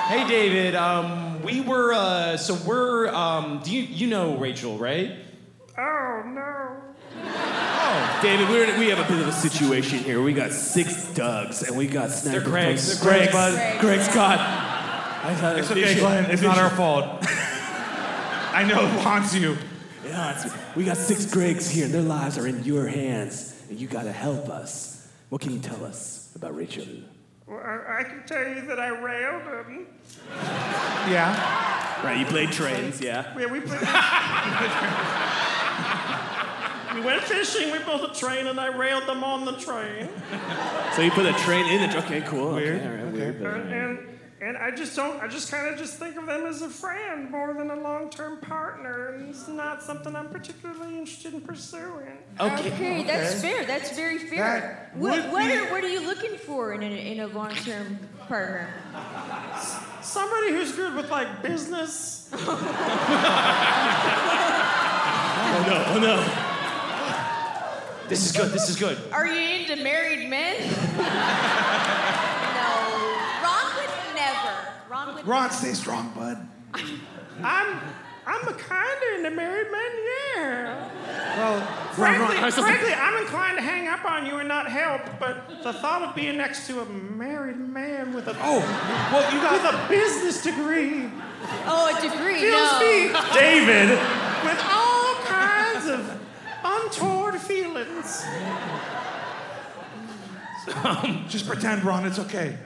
Speaker 7: hey, David. Um, we were uh, so we're um, do you you know Rachel, right?
Speaker 13: Oh no.
Speaker 9: David, we're, we have a bit of a situation here. We got six dogs and we got sniper.
Speaker 7: They're Greg's.
Speaker 9: dogs.
Speaker 7: They're Greg's,
Speaker 9: Greg's,
Speaker 5: bud.
Speaker 9: Greg's got. I had a
Speaker 4: It's okay,
Speaker 9: vision.
Speaker 4: Glenn. It's not
Speaker 9: Vision.
Speaker 4: our fault. I know it haunts you.
Speaker 9: Yeah, it's, we got six Gregs here, and their lives are in your hands, and you gotta help us. What can you tell us about Rachel?
Speaker 13: Well, I, I can tell you that I railed him.
Speaker 4: Yeah.
Speaker 9: Right, you played trains, yeah.
Speaker 13: Yeah, we played.
Speaker 6: We went fishing, we built a train, and I railed them on the train.
Speaker 15: So you put a train in it. Okay, cool. Okay, all right, weird. But,
Speaker 6: And, and and I just don't. I just kind of just think of them as a friend more than a long-term partner, and it's not something I'm particularly interested in pursuing.
Speaker 5: Okay, that's fair. That's very fair.
Speaker 6: That
Speaker 5: What
Speaker 6: would
Speaker 5: what
Speaker 6: be-
Speaker 5: are, what are you looking for in a, in a long term partner?
Speaker 6: Somebody who's good with like business.
Speaker 7: Oh no, oh no. This is good, this is good.
Speaker 2: Are you into married men? no. Ron would never. Ron would
Speaker 4: Ron, stay strong, bud.
Speaker 6: I'm I'm a kinda into married men, yeah.
Speaker 4: Well,
Speaker 6: Frankly, frankly, I'm inclined to hang up on you and not help, but the thought of being next to a married man with a oh, well, you got with a business degree.
Speaker 5: Oh, a degree.
Speaker 6: Fills
Speaker 5: no.
Speaker 6: me,
Speaker 5: David.
Speaker 6: with all kinds of untoward feelings.
Speaker 4: just pretend, Ron. It's okay.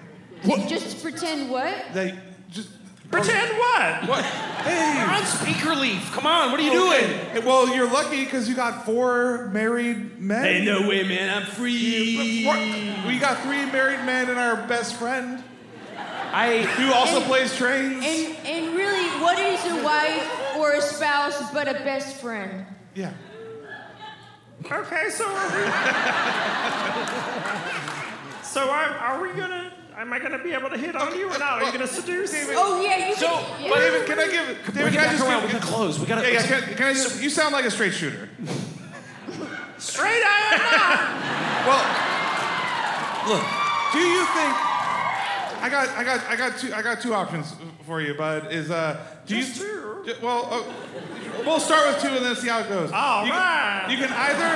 Speaker 5: Just pretend what?
Speaker 4: They just
Speaker 6: pretend what?
Speaker 4: What? Hey,
Speaker 7: You're on speaker leave. Come on, what are you
Speaker 4: Okay.
Speaker 7: doing?
Speaker 4: Hey, Well, you're lucky because you got four married men.
Speaker 15: Hey, no way, man. I'm free.
Speaker 4: Yeah, but what? We got three married men and our best friend.
Speaker 7: I
Speaker 4: who also
Speaker 5: And-
Speaker 4: plays trains.
Speaker 5: And and really, what is a wife or a spouse but a best friend?
Speaker 4: Yeah.
Speaker 6: Okay, so are we? so are, are we gonna? Am I gonna be able to hit on you or not? Are you gonna seduce me?
Speaker 5: Oh yeah, you
Speaker 6: So,
Speaker 5: can. yeah.
Speaker 6: but
Speaker 4: David, can I give? David,
Speaker 6: Bring it
Speaker 4: can I
Speaker 6: back
Speaker 4: just
Speaker 6: around.
Speaker 4: Give,
Speaker 6: We're gonna close. We gotta-
Speaker 4: Yeah, yeah. Can, can I just? you sound like a straight shooter.
Speaker 6: Straight out
Speaker 4: Well, look. Do you think? I got, I got, I got two, I got two options for you, bud. Is uh, do you? Ju- Well, uh, we'll start with two and then see how it goes.
Speaker 6: All
Speaker 4: you
Speaker 6: right.
Speaker 4: Can, you can either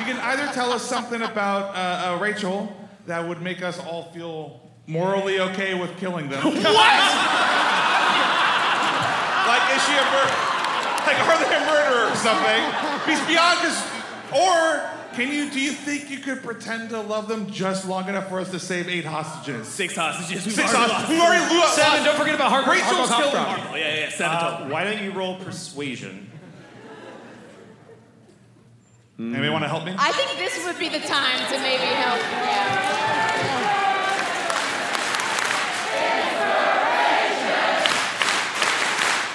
Speaker 4: you can either tell us something about uh, uh, Rachel that would make us all feel morally okay with killing them.
Speaker 6: What?
Speaker 4: like, is she a murderer? Like, are they a murderer or something? Because beyond just, or can you? Do you think you could pretend to love them just long enough for us to save eight hostages? Six
Speaker 15: hostages. We've
Speaker 4: Six
Speaker 15: already lost.
Speaker 4: hostages. We've already lost.
Speaker 15: Seven, don't forget about Harper-
Speaker 4: Rachel's
Speaker 15: Harper
Speaker 4: killing.
Speaker 15: Hofstra. Oh, Yeah, yeah, yeah, seven
Speaker 16: Uh, why don't you roll persuasion?
Speaker 4: Anybody want to help me?
Speaker 2: I think this would be the time to maybe help. Yeah.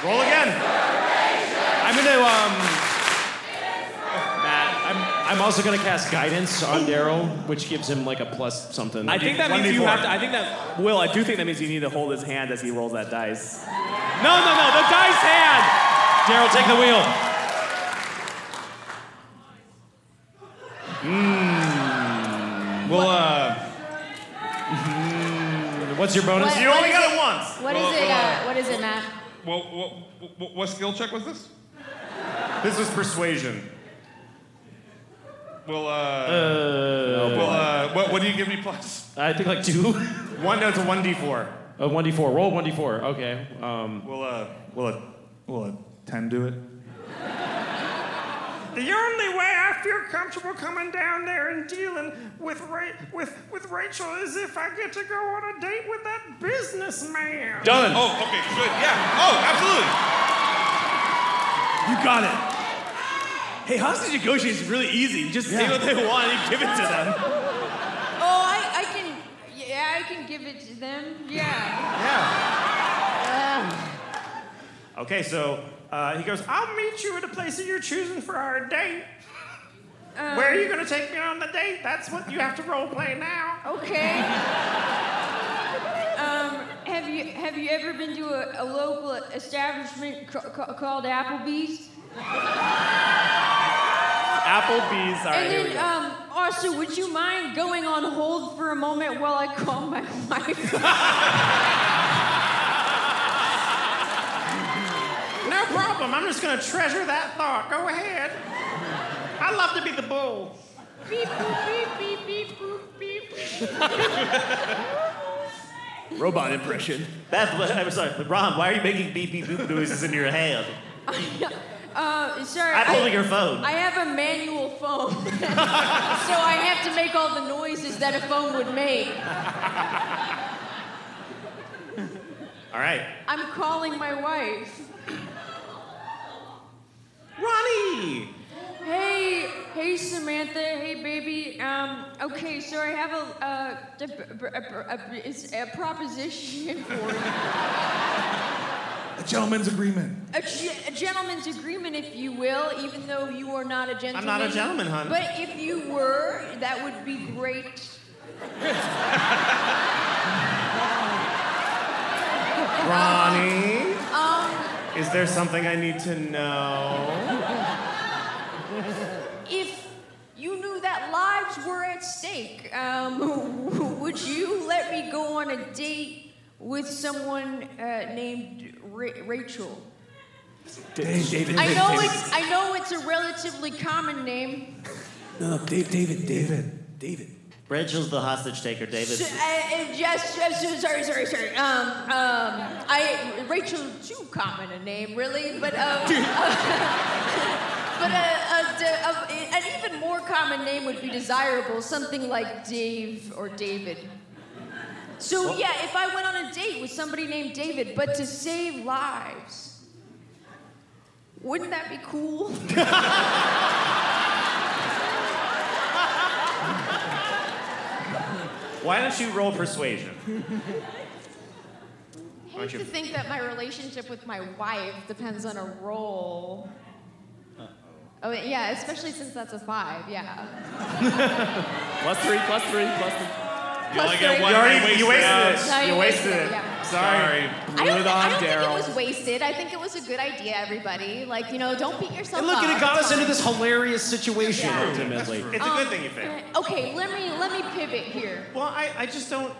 Speaker 6: Roll again. I'm gonna um. Matt, I'm,
Speaker 7: I'm also gonna cast guidance on Daryl, which gives him like a plus something.
Speaker 15: I think that means you have to. I think that Will. I do think that means you need to hold his hand as he rolls that dice. No, no, no. The dice hand.
Speaker 7: Daryl, take the wheel.
Speaker 15: Hmm.
Speaker 4: Mm. Well, uh.
Speaker 15: hmm.
Speaker 7: What's your
Speaker 2: What-
Speaker 4: You
Speaker 2: what
Speaker 4: only
Speaker 2: is
Speaker 4: got it once.
Speaker 2: What
Speaker 4: Well,
Speaker 2: is it?
Speaker 4: well,
Speaker 2: Uh, what is it, Matt?
Speaker 4: Well, what, what, what skill check was this?
Speaker 16: This is persuasion.
Speaker 4: Well, uh, well, uh, what, what do you give me plus?
Speaker 7: I think like two.
Speaker 16: One no, it's a one d four.
Speaker 7: A one d four. Roll one d four. Okay. Um,
Speaker 4: well, uh, will it? Will it? Ten do it.
Speaker 6: The only way I feel comfortable coming down there and dealing with Ra- with with Rachel is if I get to go on a date with that businessman.
Speaker 4: Oh, okay, good. Yeah. Oh, absolutely.
Speaker 15: You got it. Hey, hostage negotiation is really easy. You just say
Speaker 6: Yeah.
Speaker 15: what they want and you give it to them.
Speaker 5: Oh, I, I can. Yeah, I can give it to them. Yeah.
Speaker 6: Yeah.
Speaker 16: Okay, so
Speaker 6: Uh, he goes, I'll meet you at a place that you're choosing for our date. Where are you going to take me on the date? That's what you have to role play now.
Speaker 5: Okay. Um, have you have you ever been to a, a local establishment ca- ca- called Applebee's?
Speaker 15: Applebee's. All right,
Speaker 5: and
Speaker 15: here we
Speaker 5: then,
Speaker 15: go.
Speaker 5: um, also, would you mind going on hold for a moment while I call my wife?
Speaker 6: No problem. I'm just going to treasure that thought. Go ahead. I love to be the bull.
Speaker 5: beep boop beep beep beep boop beep.
Speaker 15: Robot impression.
Speaker 16: Beth, what- I'm sorry, but Ron, why are you making beep beep boop noises in your hand?
Speaker 5: Uh, sorry.
Speaker 16: I'm
Speaker 5: I-
Speaker 16: holding your phone.
Speaker 5: I have a manual phone, so I have to make all the noises that a phone would make.
Speaker 16: All right.
Speaker 5: I'm calling my wife.
Speaker 16: Ronnie!
Speaker 5: Hey, Hey, Samantha. Hey, baby. Um, okay, so I have a, uh, d- b- b- a, b- a, b- it's a proposition for you.
Speaker 17: A gentleman's agreement.
Speaker 5: A, ge- a gentleman's agreement, if you will, even though you are not a gentleman.
Speaker 6: not a gentleman, hon.
Speaker 5: But if you were, that would be great.
Speaker 6: Ronnie,
Speaker 5: Um,
Speaker 6: is there something I need to know?
Speaker 5: if you knew that lives were at stake, um, would you let me go on a date with someone uh, named Ra- Rachel?
Speaker 18: Dave, David,
Speaker 5: I know it's I know it's a relatively common name.
Speaker 18: No, Dave, David, David, David.
Speaker 19: Rachel's the hostage taker, David.
Speaker 5: So, I, I- yes, yes, yes, sorry, sorry, sorry. Um, um, I Rachel too common a name, really, but um, but a, a, d- a- an even more common name would be desirable, something like Dave or David. So
Speaker 19: Well-
Speaker 5: yeah, if I went on a date with somebody named David, but to save lives, wouldn't that be cool?
Speaker 6: Why don't you roll persuasion?
Speaker 4: I hate to think that my relationship with my wife depends on a role. Oh yeah, especially since that's a five. Yeah.
Speaker 20: Plus three, plus three, plus three.
Speaker 4: You only get
Speaker 6: one, You already- you wasted you wasted it.
Speaker 4: No,
Speaker 6: it. You wasted it.
Speaker 4: yeah.
Speaker 6: Sorry.
Speaker 4: I don't, thi- I don't think it was wasted. I think it was a good idea, everybody. Like, you know, don't beat yourself
Speaker 7: And look,
Speaker 4: up.
Speaker 7: and it got us into this hilarious situation
Speaker 6: Yeah.
Speaker 7: ultimately.
Speaker 6: It's a good thing you failed.
Speaker 4: Okay, let me let me pivot here.
Speaker 6: Well, I, I just don't.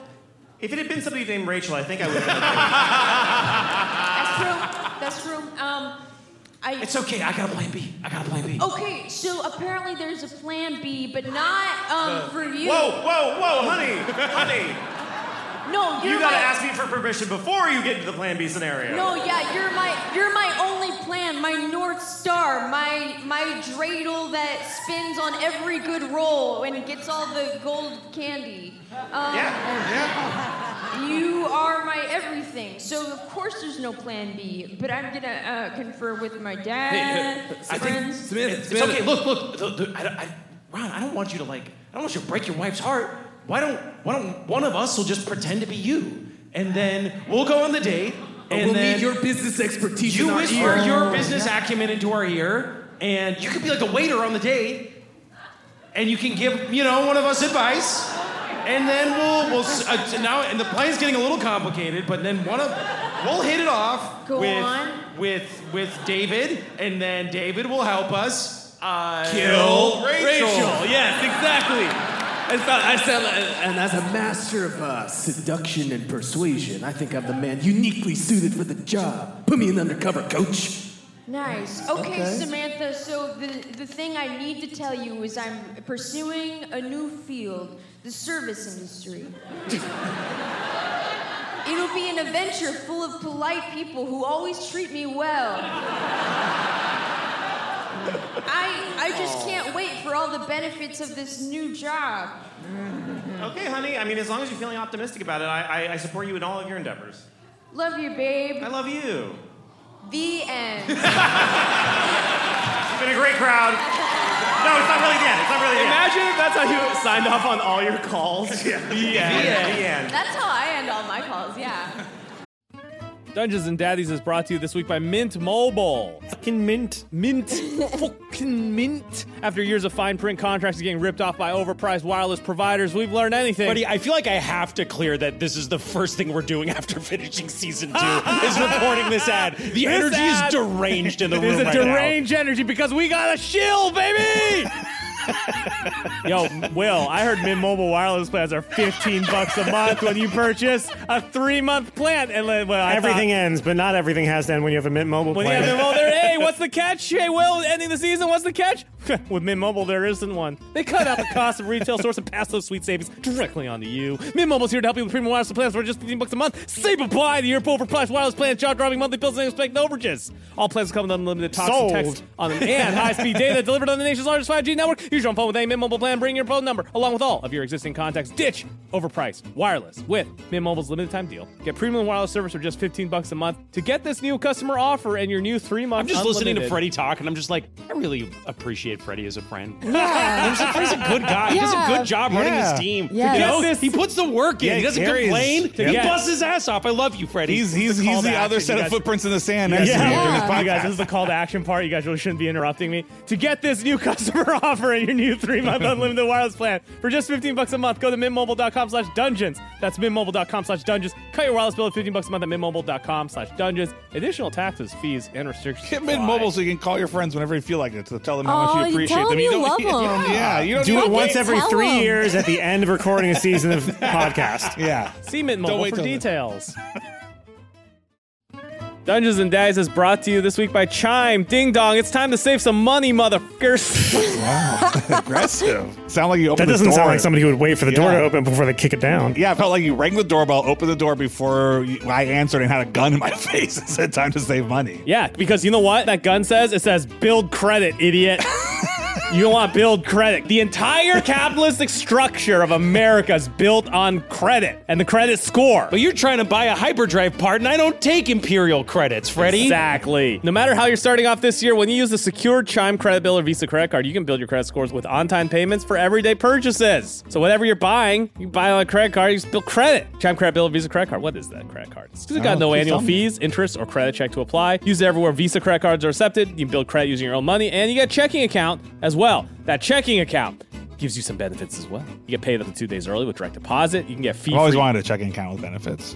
Speaker 6: If it had been somebody named Rachel, I think I would have.
Speaker 5: That's true. That's true. Um, I.
Speaker 7: It's okay. I got a plan B. I got a plan B.
Speaker 5: Okay, so apparently there's a plan B, but not
Speaker 7: Uh,
Speaker 5: um, for you.
Speaker 6: Whoa, whoa, whoa, honey, honey.
Speaker 5: No, you're
Speaker 6: you gotta
Speaker 5: my,
Speaker 6: ask me for permission before you get to the Plan B scenario.
Speaker 5: No, yeah, you're my you're my only plan, my north star, my my dreidel that spins on every good roll and gets all the gold candy. Um, You are my everything. So of course there's no plan B, but I'm gonna uh, confer with my dad.
Speaker 7: I think it's, it's okay. Look, look, the, the, I, don't- I, Ron. I don't want you to like. I don't want you to break your wife's heart. Why don't Why don't one of us will just pretend to be you, and then we'll go on the date,
Speaker 20: But
Speaker 7: and
Speaker 20: we'll
Speaker 7: then
Speaker 20: need your business expertise
Speaker 7: You
Speaker 20: in our
Speaker 7: whisper
Speaker 20: ear.
Speaker 7: your
Speaker 20: Oh,
Speaker 7: business
Speaker 20: yeah.
Speaker 7: acumen into our ear, and you could be like a waiter on the date, and you can give you know one of us advice, and then we'll we'll s- uh, now and the plan's getting a little complicated, but then one of we'll hit it off
Speaker 5: Go
Speaker 7: with
Speaker 5: on.
Speaker 7: with with David, and then David will help us uh,
Speaker 20: Kill Rachel.
Speaker 7: Yes, exactly.
Speaker 20: I sound, I sound like,
Speaker 18: And as a master of uh, seduction and persuasion, I think I'm the man uniquely suited for the job. Put me in undercover, coach.
Speaker 5: Nice. Okay,
Speaker 18: Okay.
Speaker 5: Samantha, so the, the thing I need to tell you is I'm pursuing a new field, the service industry. It'll be an adventure full of polite people who always treat me well. I, I just can't wait for all the benefits of this new job.
Speaker 6: Okay, honey. I mean, as long as you're feeling optimistic about it, I, I, I support you in all of your endeavors.
Speaker 5: Love you, babe.
Speaker 6: I love you.
Speaker 5: The end.
Speaker 6: It's been a great crowd. No, it's not really the end. It's not really the
Speaker 20: Imagine if that's how you signed off on all your calls. yeah.
Speaker 6: end. The end.
Speaker 4: That's how I end all my calls, yeah.
Speaker 1: Dungeons and Daddies is brought to you this week by Mint Mobile. Fucking mint. Mint. Fucking mint. After years of fine print contracts getting ripped off by overpriced wireless providers, we've learned anything.
Speaker 21: Buddy, I feel like I have to clear that this is the first thing we're doing after finishing season two is reporting this ad. The
Speaker 1: This
Speaker 21: energy is
Speaker 1: ad-
Speaker 21: deranged in the
Speaker 1: It
Speaker 21: room
Speaker 1: is a
Speaker 21: right
Speaker 1: deranged energy because we got a shill, baby! Yo, Will, I heard Mint Mobile wireless plans are 15 bucks a month when you purchase a three month plan. And then, well, I
Speaker 22: everything
Speaker 1: thought-
Speaker 22: ends, but not everything has to end when you have a Mint Mobile
Speaker 1: When you
Speaker 22: plan.
Speaker 1: have Mint Mobile, there, hey, what's the catch? Hey, Will, ending the season, what's the catch? With Mint Mobile, there isn't one. They cut out the cost of retail stores and pass those sweet savings directly onto you. Mint Mobile's here to help you with premium wireless plans for just 15 bucks a month. Say goodbye to your overpriced wireless plans, jaw-dropping monthly bills, and unexpected overages. All plans come with unlimited talks
Speaker 22: Sold.
Speaker 1: and text on them and high-speed data delivered on the nation's largest 5G network. Use your own phone with a Mint Mobile plan. Bring your phone number along with all of your existing contacts. Ditch overpriced wireless with Mint Mobile's limited time deal. Get premium wireless service for just 15 bucks a month. To get this new customer offer and your new three-month
Speaker 21: I'm just listening to
Speaker 1: unlimited-
Speaker 21: Freddie talk, and I'm just like, I really appreciate
Speaker 2: appreciate Freddie as a friend.
Speaker 23: Yeah.
Speaker 2: He's a- Freddie's a good guy. He does a
Speaker 23: Yeah.
Speaker 2: good job running
Speaker 23: Yeah.
Speaker 2: his team.
Speaker 23: Yeah.
Speaker 2: You know?
Speaker 23: Yes.
Speaker 2: He puts the work in.
Speaker 23: Yeah,
Speaker 2: he doesn't
Speaker 23: carries-
Speaker 2: complain. He
Speaker 23: Yeah.
Speaker 2: busts his ass off. I love you, Freddie.
Speaker 1: He's- he's-
Speaker 2: It's a
Speaker 1: he's
Speaker 2: call
Speaker 1: the
Speaker 2: to
Speaker 1: other
Speaker 2: action.
Speaker 1: set
Speaker 2: You
Speaker 1: of
Speaker 2: guys-
Speaker 1: footprints in the sand Yeah, next to me
Speaker 2: during this
Speaker 1: You
Speaker 2: podcast.
Speaker 1: guys, this is the call to action part. You guys really shouldn't be interrupting me. To get this new customer offer and your new three-month unlimited wireless plan for just 15 bucks a month, go to mintmobile.com slash dungeons. That's mintmobile.com slash dungeons. Cut your wireless bill at 15 bucks a month at mintmobile.com slash dungeons. Additional taxes, fees, and restrictions.
Speaker 4: Get mid mobile so you can call your friends whenever you feel like it to tell them how
Speaker 1: Oh,
Speaker 4: much
Speaker 1: you
Speaker 4: you appreciate
Speaker 1: tell
Speaker 4: them.
Speaker 1: them you
Speaker 4: don't,
Speaker 1: love
Speaker 4: yeah,
Speaker 1: 'em.
Speaker 4: Yeah, you don't
Speaker 1: Do
Speaker 4: you
Speaker 1: it
Speaker 4: don't
Speaker 1: once
Speaker 4: wait-
Speaker 1: every three years at the end of recording a season of podcast.
Speaker 4: Yeah.
Speaker 1: See Mint
Speaker 4: Don't
Speaker 1: Mobile
Speaker 4: wait
Speaker 1: for
Speaker 4: till then.
Speaker 1: details. Dungeons and Dice is brought to you this week by Chime. Ding dong, it's time to save some money, motherfuckers.
Speaker 4: Aggressive. Sound like you
Speaker 1: that
Speaker 4: opened the
Speaker 1: doesn't
Speaker 4: door.
Speaker 1: sound like somebody who would wait for the door to
Speaker 4: Yeah.
Speaker 1: open before they kick it down.
Speaker 4: Yeah, I felt like you rang the doorbell, opened the door before you- I answered, and had a gun in my face and said, "Time to save money."
Speaker 1: Yeah, because you know what that gun says? It says build credit, idiot. you want build credit. The entire capitalistic structure of America is built on credit and the credit score.
Speaker 2: But you're trying to buy a hyperdrive part, and I don't take Imperial credits, Freddie.
Speaker 1: Exactly. No matter how you're starting off this year, when you use a secured Chime credit bill or Visa credit card, you can build your credit scores with on-time payments for everyday purchases. So whatever you're buying, you buy on a credit card, you just build credit. Chime credit bill or Visa credit card. What is that credit card? It's 'cause it
Speaker 2: I
Speaker 1: got
Speaker 2: don't
Speaker 1: no
Speaker 2: know, Oh, please
Speaker 1: annual
Speaker 2: tell me.
Speaker 1: fees, interest, or credit check to apply. Use it everywhere Visa credit cards are accepted. You can build credit using your own money, and you get a checking account as well. That checking account gives you some benefits as well. You get paid up to two days early with direct deposit. You can get fee.
Speaker 4: I've always wanted a checking account with benefits.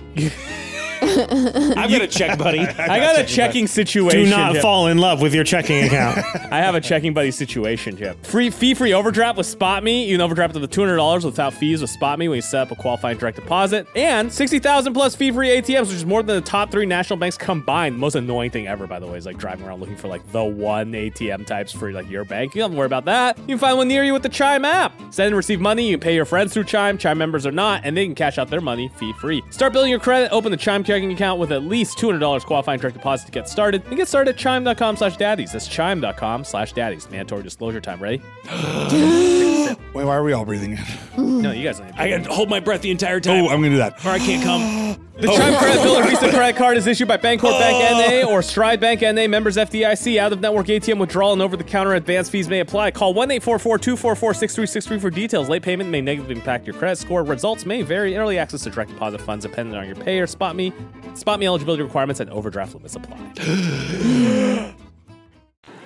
Speaker 2: I've got a check, buddy.
Speaker 1: I got a checking situation.
Speaker 4: Do not
Speaker 1: Jim.
Speaker 4: fall
Speaker 1: in love with your
Speaker 4: checking account.
Speaker 1: I have a checking buddy situation, Jim. Free fee free overdraft with SpotMe. You can overdraft up to two hundred dollars without fees with SpotMe when you set up a qualifying direct deposit, and sixty thousand plus fee free ATMs, which is more than the top three national banks combined. The most annoying thing ever, by the way, is like driving around looking for like the one ATM types for like your bank. You don't have to worry about that. You can find one near you with the Chime app. Send and receive money. You can pay your friends through Chime. Chime members are not, and they can cash out their money fee free. Start building your credit. Open the Chime checking account with at least $200 qualifying direct deposit to get started. And get started at chime.com slash daddies. That's chime.com slash daddies. Mandatory disclosure time. Ready?
Speaker 4: Wait, why are we all breathing in?
Speaker 1: no, you guys don't.
Speaker 2: I got to hold my breath the entire time.
Speaker 4: Oh, I'm gonna do that.
Speaker 2: Or I can't come.
Speaker 1: The Chime Credit Bill or Visa Credit Card is issued by Bancorp Bank NA or Stride Bank NA members FDIC. Out of network ATM withdrawal and over the counter advance fees may apply. Call 1 844 244 6363 for details. Late payment may negatively impact your credit score. Results may vary. Early access to direct deposit funds dependent on your payer. Spot me. Spot me eligibility requirements and overdraft limits apply.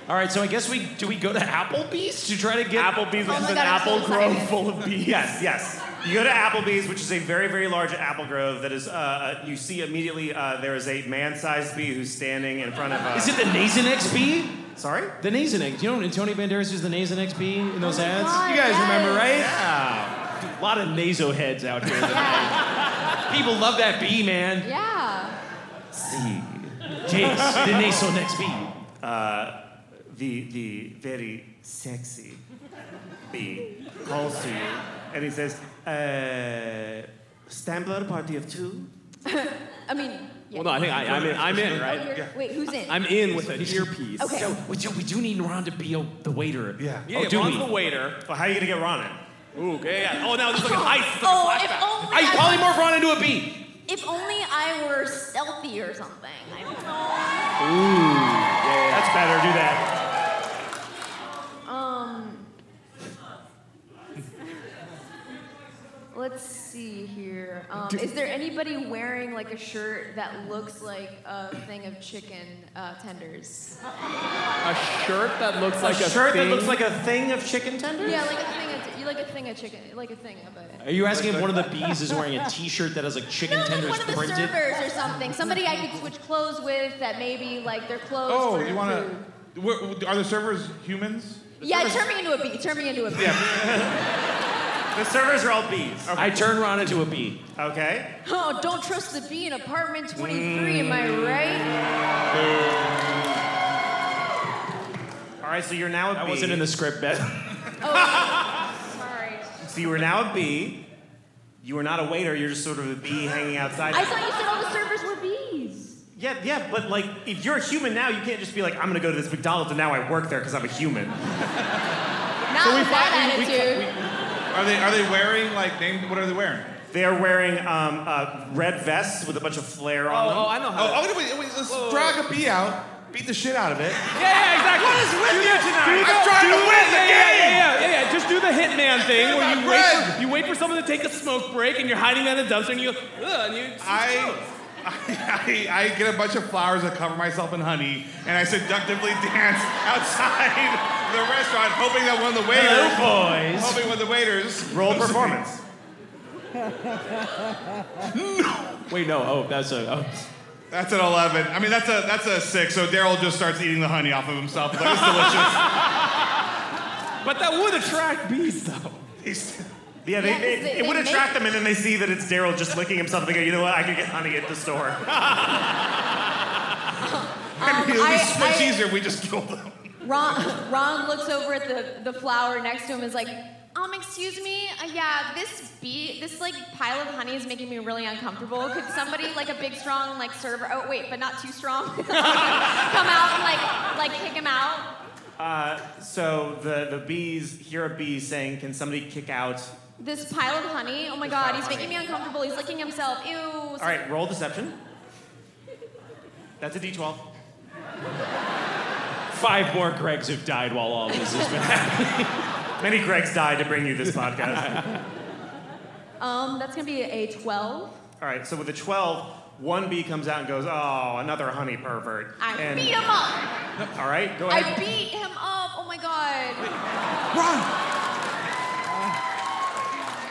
Speaker 7: All right, so I guess we do we go to Applebee's to try to get
Speaker 6: Applebee's
Speaker 7: Oh
Speaker 6: is
Speaker 7: my
Speaker 6: an
Speaker 7: God, I'm so
Speaker 6: apple
Speaker 7: excited.
Speaker 6: grove full of bees. Yes, yes. You go to Applebee's, which is a very, very large apple grove that is. Uh, uh, you see immediately uh, there is a man-sized bee who's standing in front of. Uh,
Speaker 7: Is it the Nasonex bee?
Speaker 6: Sorry?
Speaker 7: The Nasonex. You know Antonio Banderas used the Nasonex bee in those
Speaker 5: Oh
Speaker 7: ads?
Speaker 6: God,
Speaker 7: you guys remember,
Speaker 6: yes.
Speaker 7: right?
Speaker 6: Yeah.
Speaker 7: Dude, a lot of naso heads out here. tonight. People love that bee, man.
Speaker 5: Yeah.
Speaker 7: Jeez, the Nasonex bee.
Speaker 6: Uh, the the very sexy bee calls to you, and he says, uh, "Stambler, party of two.
Speaker 5: I mean. yeah.
Speaker 7: Well, no, I think I, I'm in. I'm in,
Speaker 5: Oh,
Speaker 7: right?
Speaker 5: you're- Wait, who's in?
Speaker 7: I'm in with an earpiece.
Speaker 5: Okay.
Speaker 7: So we do, we do need Ron to be a, the waiter. Yeah.
Speaker 6: Yeah,
Speaker 7: oh, do
Speaker 6: Ron's
Speaker 7: we?
Speaker 6: the waiter. Well, how are you gonna get Ron in? Ooh, yeah, yeah. Oh, now there's like an ice. it's like a
Speaker 5: Oh, if
Speaker 6: flashback.
Speaker 5: only
Speaker 7: I
Speaker 5: I-
Speaker 7: polymorph Ron into a bee.
Speaker 5: If only I were stealthy or something. I don't know.
Speaker 7: Ooh. Yeah.
Speaker 6: That's better. Do that.
Speaker 5: Um. Let's see here. Um, is there anybody wearing like a shirt that looks like a thing of chicken uh, tenders?
Speaker 1: A shirt that looks like a
Speaker 6: shirt
Speaker 1: thing-
Speaker 6: that looks like a thing of chicken tenders.
Speaker 5: Yeah, like a thing of you like a thing of chicken, like a thing of it.
Speaker 7: Are you asking if one of the bees is wearing a T-shirt that has like chicken tenders
Speaker 5: One of the
Speaker 7: printed?
Speaker 5: servers or something. Somebody I could switch clothes with that maybe like their clothes.
Speaker 4: Oh,
Speaker 5: for
Speaker 4: you want to? Are the servers humans?
Speaker 5: Yeah, turn me into a bee. Turn me into a bee.
Speaker 6: The servers are all bees.
Speaker 7: I turn Ron into a bee.
Speaker 6: Okay.
Speaker 5: Oh, don't trust the bee in apartment 23. Am I right?
Speaker 6: All right, so you're now a bee.
Speaker 7: That wasn't in the script,
Speaker 1: Oh,
Speaker 7: Beth.
Speaker 6: So you were now a bee. You were not a waiter. You're just sort of a bee hanging outside.
Speaker 5: I thought you said all the servers were bees.
Speaker 6: yeah, yeah, but like, if you're a human now, you can't just be like, I'm gonna go to this McDonald's and now I work there because I'm a human.
Speaker 5: Not
Speaker 6: So we
Speaker 5: with that attitude.
Speaker 4: Are they are they wearing like name? What are they wearing?
Speaker 6: They're wearing um, uh, red vests with a bunch of flair on them.
Speaker 7: Oh,
Speaker 4: Oh, oh, I know how. Oh, wait, wait, wait, let's drag a bee out. beat the shit out of it.
Speaker 7: Yeah, exactly.
Speaker 4: What is with
Speaker 7: Do
Speaker 4: you
Speaker 7: the-
Speaker 4: tonight?
Speaker 7: do
Speaker 4: I'm trying to
Speaker 7: do
Speaker 4: win the
Speaker 7: yeah,
Speaker 4: game.
Speaker 7: yeah, Yeah, yeah, yeah, yeah. Just do the hitman thing
Speaker 4: Give me
Speaker 7: where
Speaker 4: my
Speaker 7: you wait, for, you wait for someone to take a smoke break and you're hiding on a dumpster and you go, ugh, and you just
Speaker 4: I, I, I get a bunch of flowers and cover myself in honey, and I seductively dance outside the restaurant, hoping that one of the waiters,
Speaker 24: Hello, boys.
Speaker 4: hoping one of the waiters,
Speaker 2: Roll performance.
Speaker 4: Wait, no. Oh, that's a. That's an eleven. I mean, that's a that's a six. So Daryl just starts eating the honey off of himself, but it's delicious.
Speaker 7: But that would attract bees, though.
Speaker 6: Yeah, they,
Speaker 7: Yeah, 'cause
Speaker 6: it,
Speaker 7: they-
Speaker 6: it would
Speaker 7: they
Speaker 6: attract
Speaker 7: make-
Speaker 6: them, and then they see that it's Daryl just licking himself. They go, you know what? I could get honey at the store.
Speaker 4: I mean, it would be
Speaker 5: Um, I-
Speaker 4: so much
Speaker 5: I-
Speaker 4: easier if we just killed them.
Speaker 5: Ron, Ron looks over at the, the flower next to him and is like, um, excuse me, uh, yeah, this bee, this like pile of honey is making me really uncomfortable. Could somebody, like a big strong like server, oh wait, but not too strong, come out and like like kick him out?
Speaker 6: Uh, so the, the bees hear a bee saying, "Can somebody kick out?"
Speaker 5: This pile of honey, oh my god, he's making me uncomfortable. He's licking himself. Ew.
Speaker 6: All right, roll deception. That's a d12.
Speaker 2: Five more Gregs have died while all this has been happening.
Speaker 6: Many Gregs died to bring you this podcast.
Speaker 5: Um, that's gonna be a 12.
Speaker 6: All right, so with a 12, one bee comes out and goes, "Oh, another honey pervert."
Speaker 5: I
Speaker 6: and,
Speaker 5: beat him up.
Speaker 6: All right, go
Speaker 5: I
Speaker 6: ahead.
Speaker 5: beat him up. Oh my god.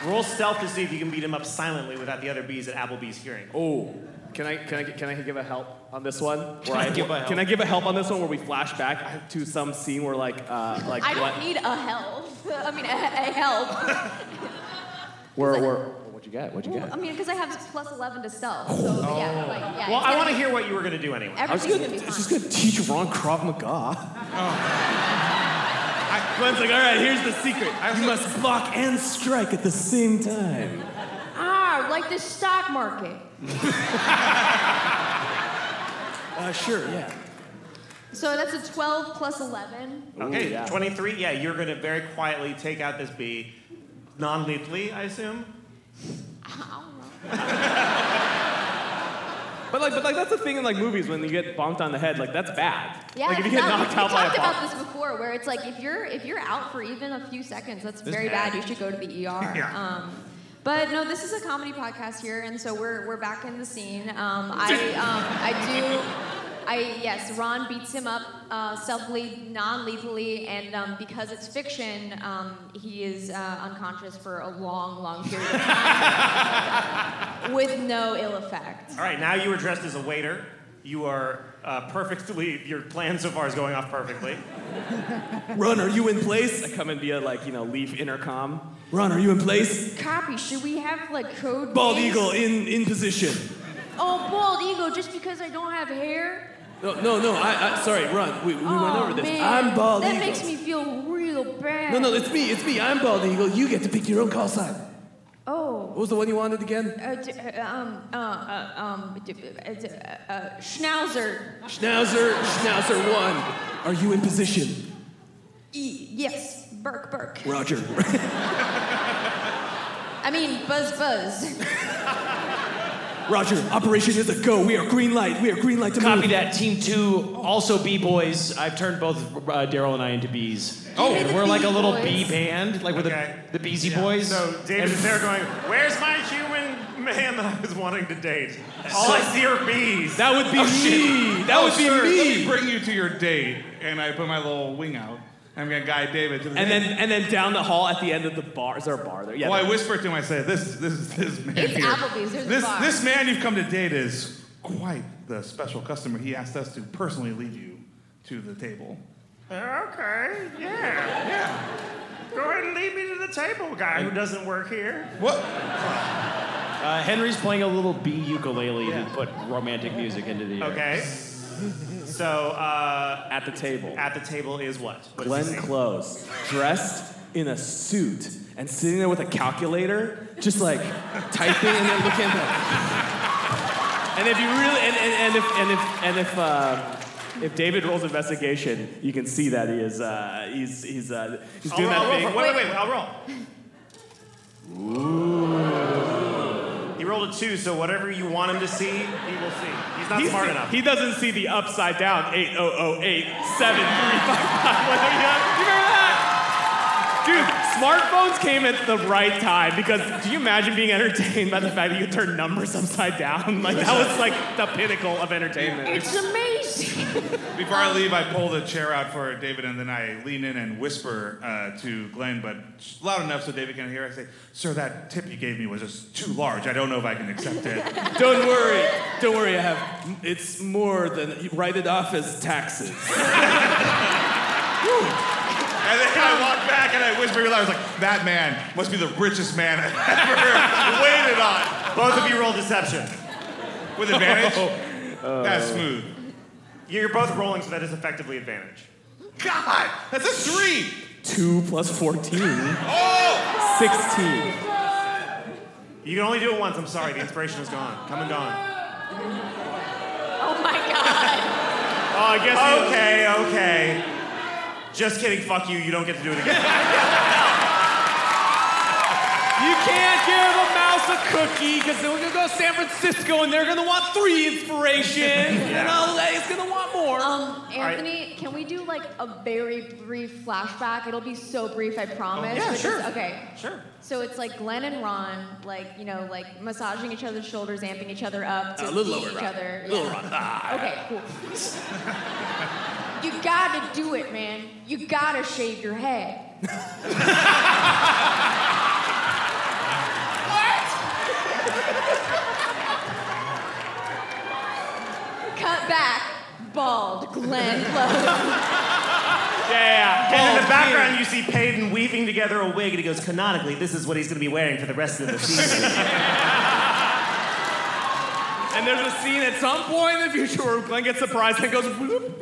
Speaker 6: Roll stealth to see if you can beat him up silently without the other bees at Applebee's hearing.
Speaker 7: Oh, can I can I can I give a help on this one?
Speaker 6: Can I give a help?
Speaker 7: Can I give a help on this one where we flash back to some scene where like uh like
Speaker 5: I don't
Speaker 7: what
Speaker 5: need a help. I mean, a, a help.
Speaker 7: where where what'd you get? What'd you
Speaker 5: I
Speaker 7: get?
Speaker 5: mean, because I have plus 11 to stealth. So, yeah, like, yeah.
Speaker 6: Well,
Speaker 5: it's
Speaker 6: I
Speaker 5: gonna
Speaker 6: want to
Speaker 5: be-
Speaker 6: hear what you were going to do anyway. Oh.
Speaker 7: I was
Speaker 5: Everything's
Speaker 7: gonna,
Speaker 5: gonna be
Speaker 7: just gonna teach Ron Krav Maga. I, Glenn's like, all right, here's the secret. You must block and strike at the same time.
Speaker 5: Ah, like the stock market.
Speaker 7: Uh, sure, yeah.
Speaker 5: So that's a 12 plus 11.
Speaker 6: Okay,
Speaker 7: Ooh, Oh, yeah.
Speaker 6: 23. Yeah, you're going to very quietly take out this bee, non lethally, I assume.
Speaker 7: But like, but like, that's the thing in like movies when you get bumped on the head, like that's bad.
Speaker 5: Yeah,
Speaker 7: like if you get
Speaker 5: that-
Speaker 7: knocked
Speaker 5: we
Speaker 7: out by
Speaker 5: talked
Speaker 7: a ball.
Speaker 5: about this before, where it's like if you're if you're out for even a few seconds, that's
Speaker 7: This
Speaker 5: very
Speaker 7: is bad.
Speaker 5: bad. You should go to the ER.
Speaker 7: Yeah.
Speaker 5: Um, but no, this is a comedy podcast here, and so we're we're back in the scene. Um, I um, I do. I yes, Ron beats him up uh, stealthily, non-lethally, and um, because it's fiction, um, he is uh, unconscious for a long, long period of time with no ill effect.
Speaker 6: All right, now you are dressed as a waiter. You are uh, perfectly, your plan so far is going off perfectly.
Speaker 7: Run, are you in place? I come in via like you know leaf intercom. Run, are you in place?
Speaker 5: Copy. Should we have like code?
Speaker 7: Bald
Speaker 5: names?
Speaker 7: eagle in in position.
Speaker 5: Oh, bald eagle! Just because I don't have hair.
Speaker 7: No, no, no. I, I sorry, run. We, we went
Speaker 5: Aw,
Speaker 7: over this.
Speaker 5: Oh, man,
Speaker 7: I'm bald
Speaker 5: that
Speaker 7: eagle.
Speaker 5: makes me feel real bad.
Speaker 7: no, no, it's me. It's me. I'm bald eagle. You get to pick your own call sign.
Speaker 5: Oh.
Speaker 7: What was the one you wanted again?
Speaker 5: Uh, d- uh, um, uh, uh, um, d- uh, d- uh, uh, Schnauzer.
Speaker 7: Schnauzer, Schnauzer one. Are you in position?
Speaker 5: E- yes, Burke, Burke.
Speaker 7: Roger.
Speaker 5: I mean, Buzz, Buzz.
Speaker 7: Roger. Operation is a go. We are green light. We are green light to
Speaker 2: Copy that. Team two, also B boys. I've turned both uh, Daryl and I into bees.
Speaker 6: Oh.
Speaker 2: and
Speaker 6: the
Speaker 2: we're like a
Speaker 6: bee
Speaker 2: little
Speaker 6: boys.
Speaker 2: bee band, like we're the, the Beezy Boys.
Speaker 6: So David
Speaker 2: And-
Speaker 6: is there going, Where's my human man that I was wanting to date? All I see are bees.
Speaker 7: That would
Speaker 4: Oh, shit. Oh, sir, Let me bring you to your date, and I put my little wing out. I'm gonna guide David to the.
Speaker 7: And
Speaker 4: date.
Speaker 7: then and then down the hall at the end of the bar is there a bar there? Yeah.
Speaker 4: well, I
Speaker 7: there-
Speaker 4: whisper to him. I say, "This, this, this man
Speaker 5: It's
Speaker 4: here.
Speaker 5: Applebee's, there's a
Speaker 4: this,
Speaker 5: bar."
Speaker 4: this man you've come to date is quite the special customer. He asked us to personally lead you to the table."
Speaker 24: Okay, yeah. Yeah. Go ahead and lead me to the table, guy who doesn't work here.
Speaker 4: What?
Speaker 2: Uh, Henry's playing a little bee ukulele to put romantic music into the air.
Speaker 6: Okay. So, uh,
Speaker 7: at the table.
Speaker 6: At the table is what? What does he
Speaker 7: Glenn
Speaker 6: say?
Speaker 7: Close, dressed in a suit and sitting there with a calculator, just like typing and then looking at And if you really and, and, and if and if and if uh, if David rolls investigation, you can see that he is uh, he's he's uh, he's
Speaker 6: I'll
Speaker 7: doing
Speaker 6: roll-
Speaker 7: that
Speaker 6: I'll roll
Speaker 7: thing.
Speaker 6: for- wait, wait, wait, I'll roll.
Speaker 7: Ooh.
Speaker 6: He rolled a two, so whatever you want him to see, he will see. He's not
Speaker 25: He's-
Speaker 6: smart enough.
Speaker 25: He doesn't see the upside down 8008 7355. Whether you you remember that? Dude, smartphones came at the right time because do you imagine being entertained by the fact that you turn numbers upside down? Like that was like the pinnacle of entertainment.
Speaker 5: It's amazing.
Speaker 4: Before I leave, I pull the chair out for David, and then I lean in and whisper uh, to Glenn, but loud enough so David can hear. I say, "Sir, that tip you gave me was just too large. I don't know if I can accept it."
Speaker 1: Don't worry. Don't worry. I have. It's more than. Write it off as taxes.
Speaker 4: And then I walk back and I whisper loud. I was like, "That man must be the richest man I've ever waited on."
Speaker 6: Both of you roll deception.
Speaker 4: with advantage. That's smooth.
Speaker 6: Oh. You're both rolling, so that is effectively advantage.
Speaker 4: God, that's a three.
Speaker 1: Two plus fourteen.
Speaker 4: Oh!
Speaker 1: Sixteen.
Speaker 6: You can only do it once. I'm sorry. The inspiration is gone. Come and gone.
Speaker 5: Oh my god.
Speaker 6: Oh, I guess. Okay, okay. Just kidding. Fuck you. You don't get to do it again.
Speaker 1: You can't give a mouse a cookie because then we're gonna go to San Francisco and they're gonna want three inspiration. And all that is gonna want more.
Speaker 5: Um,
Speaker 1: All right.
Speaker 5: Anthony, can we do like a very brief flashback? It'll be so brief, I promise.
Speaker 26: yeah,
Speaker 5: but just-
Speaker 26: sure.
Speaker 5: okay.
Speaker 26: Sure.
Speaker 5: So it's like Glenn and Ron, like you know, like massaging each other's shoulders, amping each other up to
Speaker 26: A little
Speaker 5: tease
Speaker 26: lower,
Speaker 5: each
Speaker 26: Ron.
Speaker 5: other.
Speaker 26: Little
Speaker 5: Yeah.
Speaker 26: Ron. Ah.
Speaker 5: Okay, cool. you gotta do it, man. You gotta shave your head. Cut back, bald Glenn Close.
Speaker 6: Yeah. And in
Speaker 5: Oh,
Speaker 6: the background, you see Peyton weaving together a wig, and he goes, canonically, this is what he's going to be wearing for the rest of the season.
Speaker 25: And there's a scene at some point in the future where Glenn gets surprised and goes whoop.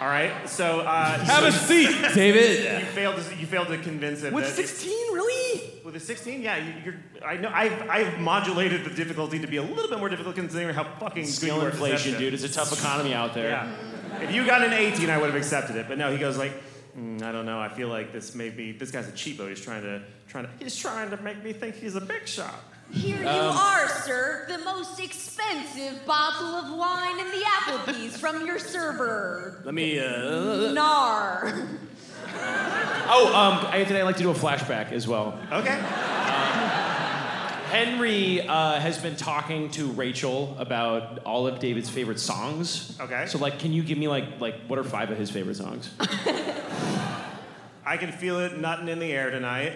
Speaker 6: All right. So uh,
Speaker 25: Have a seat, David.
Speaker 6: You failed. To, you failed to convince him.
Speaker 1: With
Speaker 6: that-
Speaker 1: 16, really?
Speaker 6: With a 16, yeah. You, you're, I know. I've, I've modulated the difficulty to be a little bit more difficult considering how fucking
Speaker 7: Skill
Speaker 6: good you are at
Speaker 7: inflation,
Speaker 6: deception.
Speaker 7: dude. It's a tough economy out there.
Speaker 6: Yeah. If you got an 18, I would have accepted it. But no, he goes like, "Mm, I don't know. I feel like this may be. This guy's a cheapo. He's trying to trying to. He's trying to make me think he's a big shot.
Speaker 5: Here you
Speaker 6: Um,
Speaker 5: are, sir, the most expensive bottle of wine in the Applebee's from your server.
Speaker 7: Let me. Uh,
Speaker 5: Nar.
Speaker 7: Oh, um, Anthony, I'd like to do a flashback as well.
Speaker 6: Okay.
Speaker 7: Henry uh, has been talking to Rachel about all of David's favorite songs. Okay. So, like, can you give me like, like, what are five of his favorite songs?
Speaker 6: I can feel it nutting in the air tonight.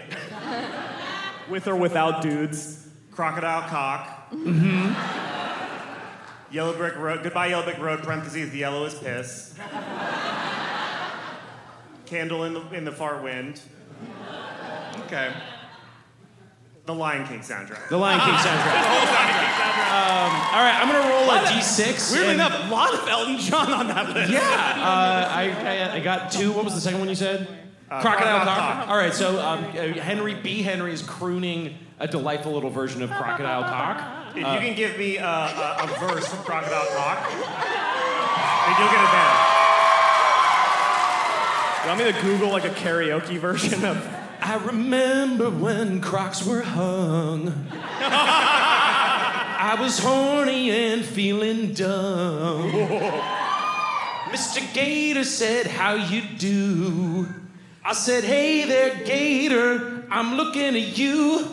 Speaker 6: With or without dudes. Crocodile cock. Mm-hmm. Yellow brick road. Goodbye, yellow brick road. Parentheses. The yellow is piss. Candle in the in the far wind. Okay. The Lion King soundtrack.
Speaker 7: The Lion King soundtrack. Um, all right, I'm gonna roll a d6.
Speaker 6: Weirdly
Speaker 7: and-
Speaker 6: enough,
Speaker 7: a lot of Elton John on that list. Yeah, uh, I, I, I got two. What was the second one you said? Crocodile Cock. All right, so um, uh, Henry B. Henry is crooning a delightful little version of Crocodile Cock.
Speaker 6: If you can give me uh, a, a verse from Crocodile Cock, then you'll get advantage.
Speaker 25: You want me to Google like a karaoke version of
Speaker 7: I remember when crocs were hung. I was horny and feeling dumb. Mr. Gator said, How you do? I said, Hey there, Gator, I'm looking at you.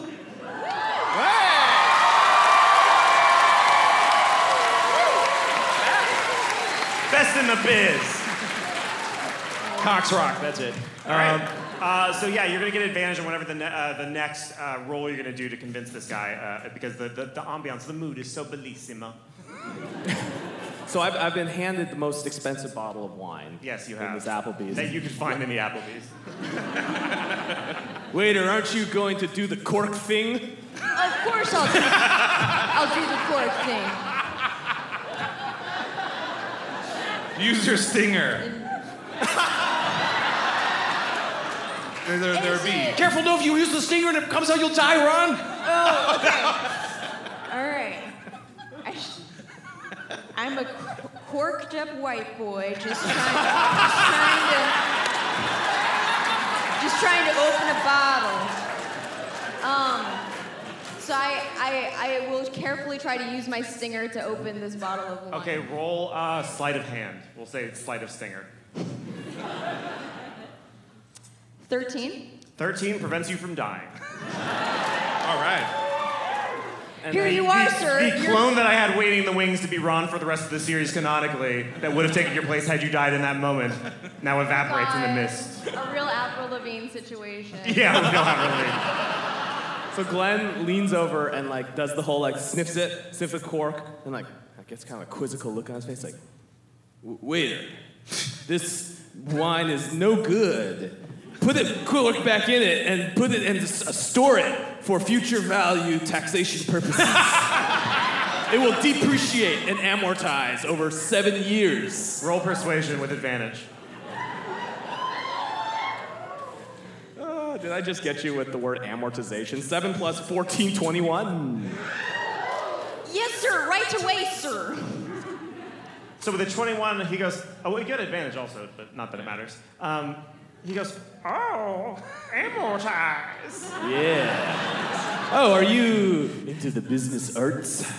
Speaker 6: Best in the biz.
Speaker 7: Cox Rock, that's it.
Speaker 6: All right. Uh, so yeah, you're gonna get advantage on whatever the, ne- uh, the next uh, roll you're gonna do to convince this guy, uh, because the, the, the ambiance, the mood is so bellissimo.
Speaker 1: So I've, I've been handed the most expensive bottle of wine.
Speaker 6: Yes, you
Speaker 1: In
Speaker 6: have.
Speaker 1: this Applebee's.
Speaker 6: That you could find in the Applebee's.
Speaker 1: Waiter, aren't you going to do the cork thing?
Speaker 5: Of course I'll do, I'll do the court thing.
Speaker 27: Use your stinger.
Speaker 4: There, there, there be.
Speaker 7: Careful, no, if you use the stinger and it comes out, you'll die, Ron.
Speaker 5: Oh, okay. All right. I sh- I'm a qu- corked up white boy just trying, just trying to just trying to open a bottle. Um, So I, I, I will carefully try to use my stinger to open this bottle of wine.
Speaker 6: Okay, roll uh, sleight of hand. We'll say it's sleight of stinger.
Speaker 5: 13.
Speaker 6: 13 prevents you from dying. All right.
Speaker 5: Here you
Speaker 6: the,
Speaker 5: are,
Speaker 6: the,
Speaker 5: sir.
Speaker 6: The
Speaker 5: You're-
Speaker 6: clone that I had waiting in the wings to be Ron for the rest of the series canonically, that would have taken your place had you died in that moment, now evaporates in the mist.
Speaker 5: A real Avril Lavigne situation.
Speaker 6: Yeah, we don't have
Speaker 7: So Glenn leans over and like does the whole like sniffs it, sniffs a cork, and like I guess kind of a quizzical look on his face, like, "W- waiter, this wine is no good. Put it cork back in it and put it and s- uh, store it for future value taxation purposes. it will depreciate and amortize over seven years.
Speaker 6: Roll persuasion with advantage.
Speaker 7: Oh, did I just get you with the word amortization? Seven plus 14, 21.
Speaker 28: Yes, sir. Right away, sir.
Speaker 6: So with a 21, he goes, oh, well, you get advantage also, but not that it matters. Um, he goes,
Speaker 29: Oh, amortize.
Speaker 7: Yeah. Oh, are you into the business arts?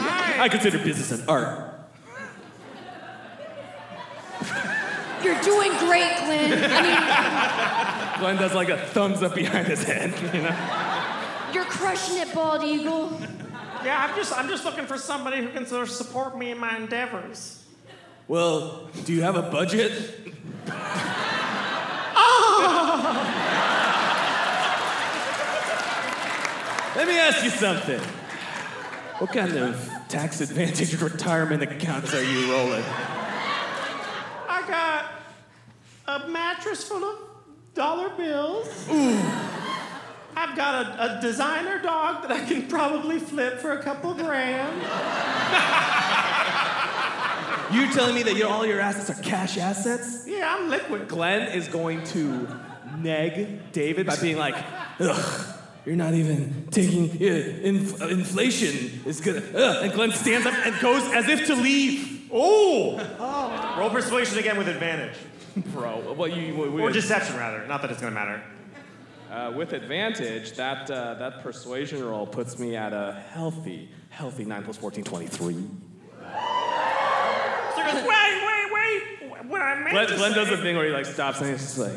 Speaker 7: I consider business an art.
Speaker 30: You're doing great, Glenn. I
Speaker 7: Glenn does like a thumbs up behind his head, you know?
Speaker 30: mean, you're crushing it, bald eagle.
Speaker 29: Yeah, I'm just I'm just looking for somebody who can sort of support me in my endeavors.
Speaker 7: Well, do you have a budget?
Speaker 29: Oh!
Speaker 7: Let me ask you something. What kind of tax advantage retirement accounts are you rolling?
Speaker 29: I got a mattress full of dollar bills. I've got a, a designer dog that I can probably flip for a couple grand.
Speaker 7: You telling me that your, all your assets are cash assets? Yeah, I'm liquid. Glenn is going to neg David by being like, ugh, you're not even taking uh, inf- uh, inflation is gonna. Ugh. And Glenn stands up and goes as if to leave. Oh!
Speaker 6: roll persuasion again with advantage.
Speaker 7: Bro, well, you.
Speaker 6: Or deception, rather. Not that it's going to matter.
Speaker 7: Uh, with advantage, that, uh, that persuasion roll puts me at a healthy, healthy 9 plus 14, 23.
Speaker 29: So he goes, wait, wait, wait. What I meant
Speaker 7: Glenn,
Speaker 29: to
Speaker 7: Glenn
Speaker 29: say-
Speaker 7: does the thing where he like stops and he's just like,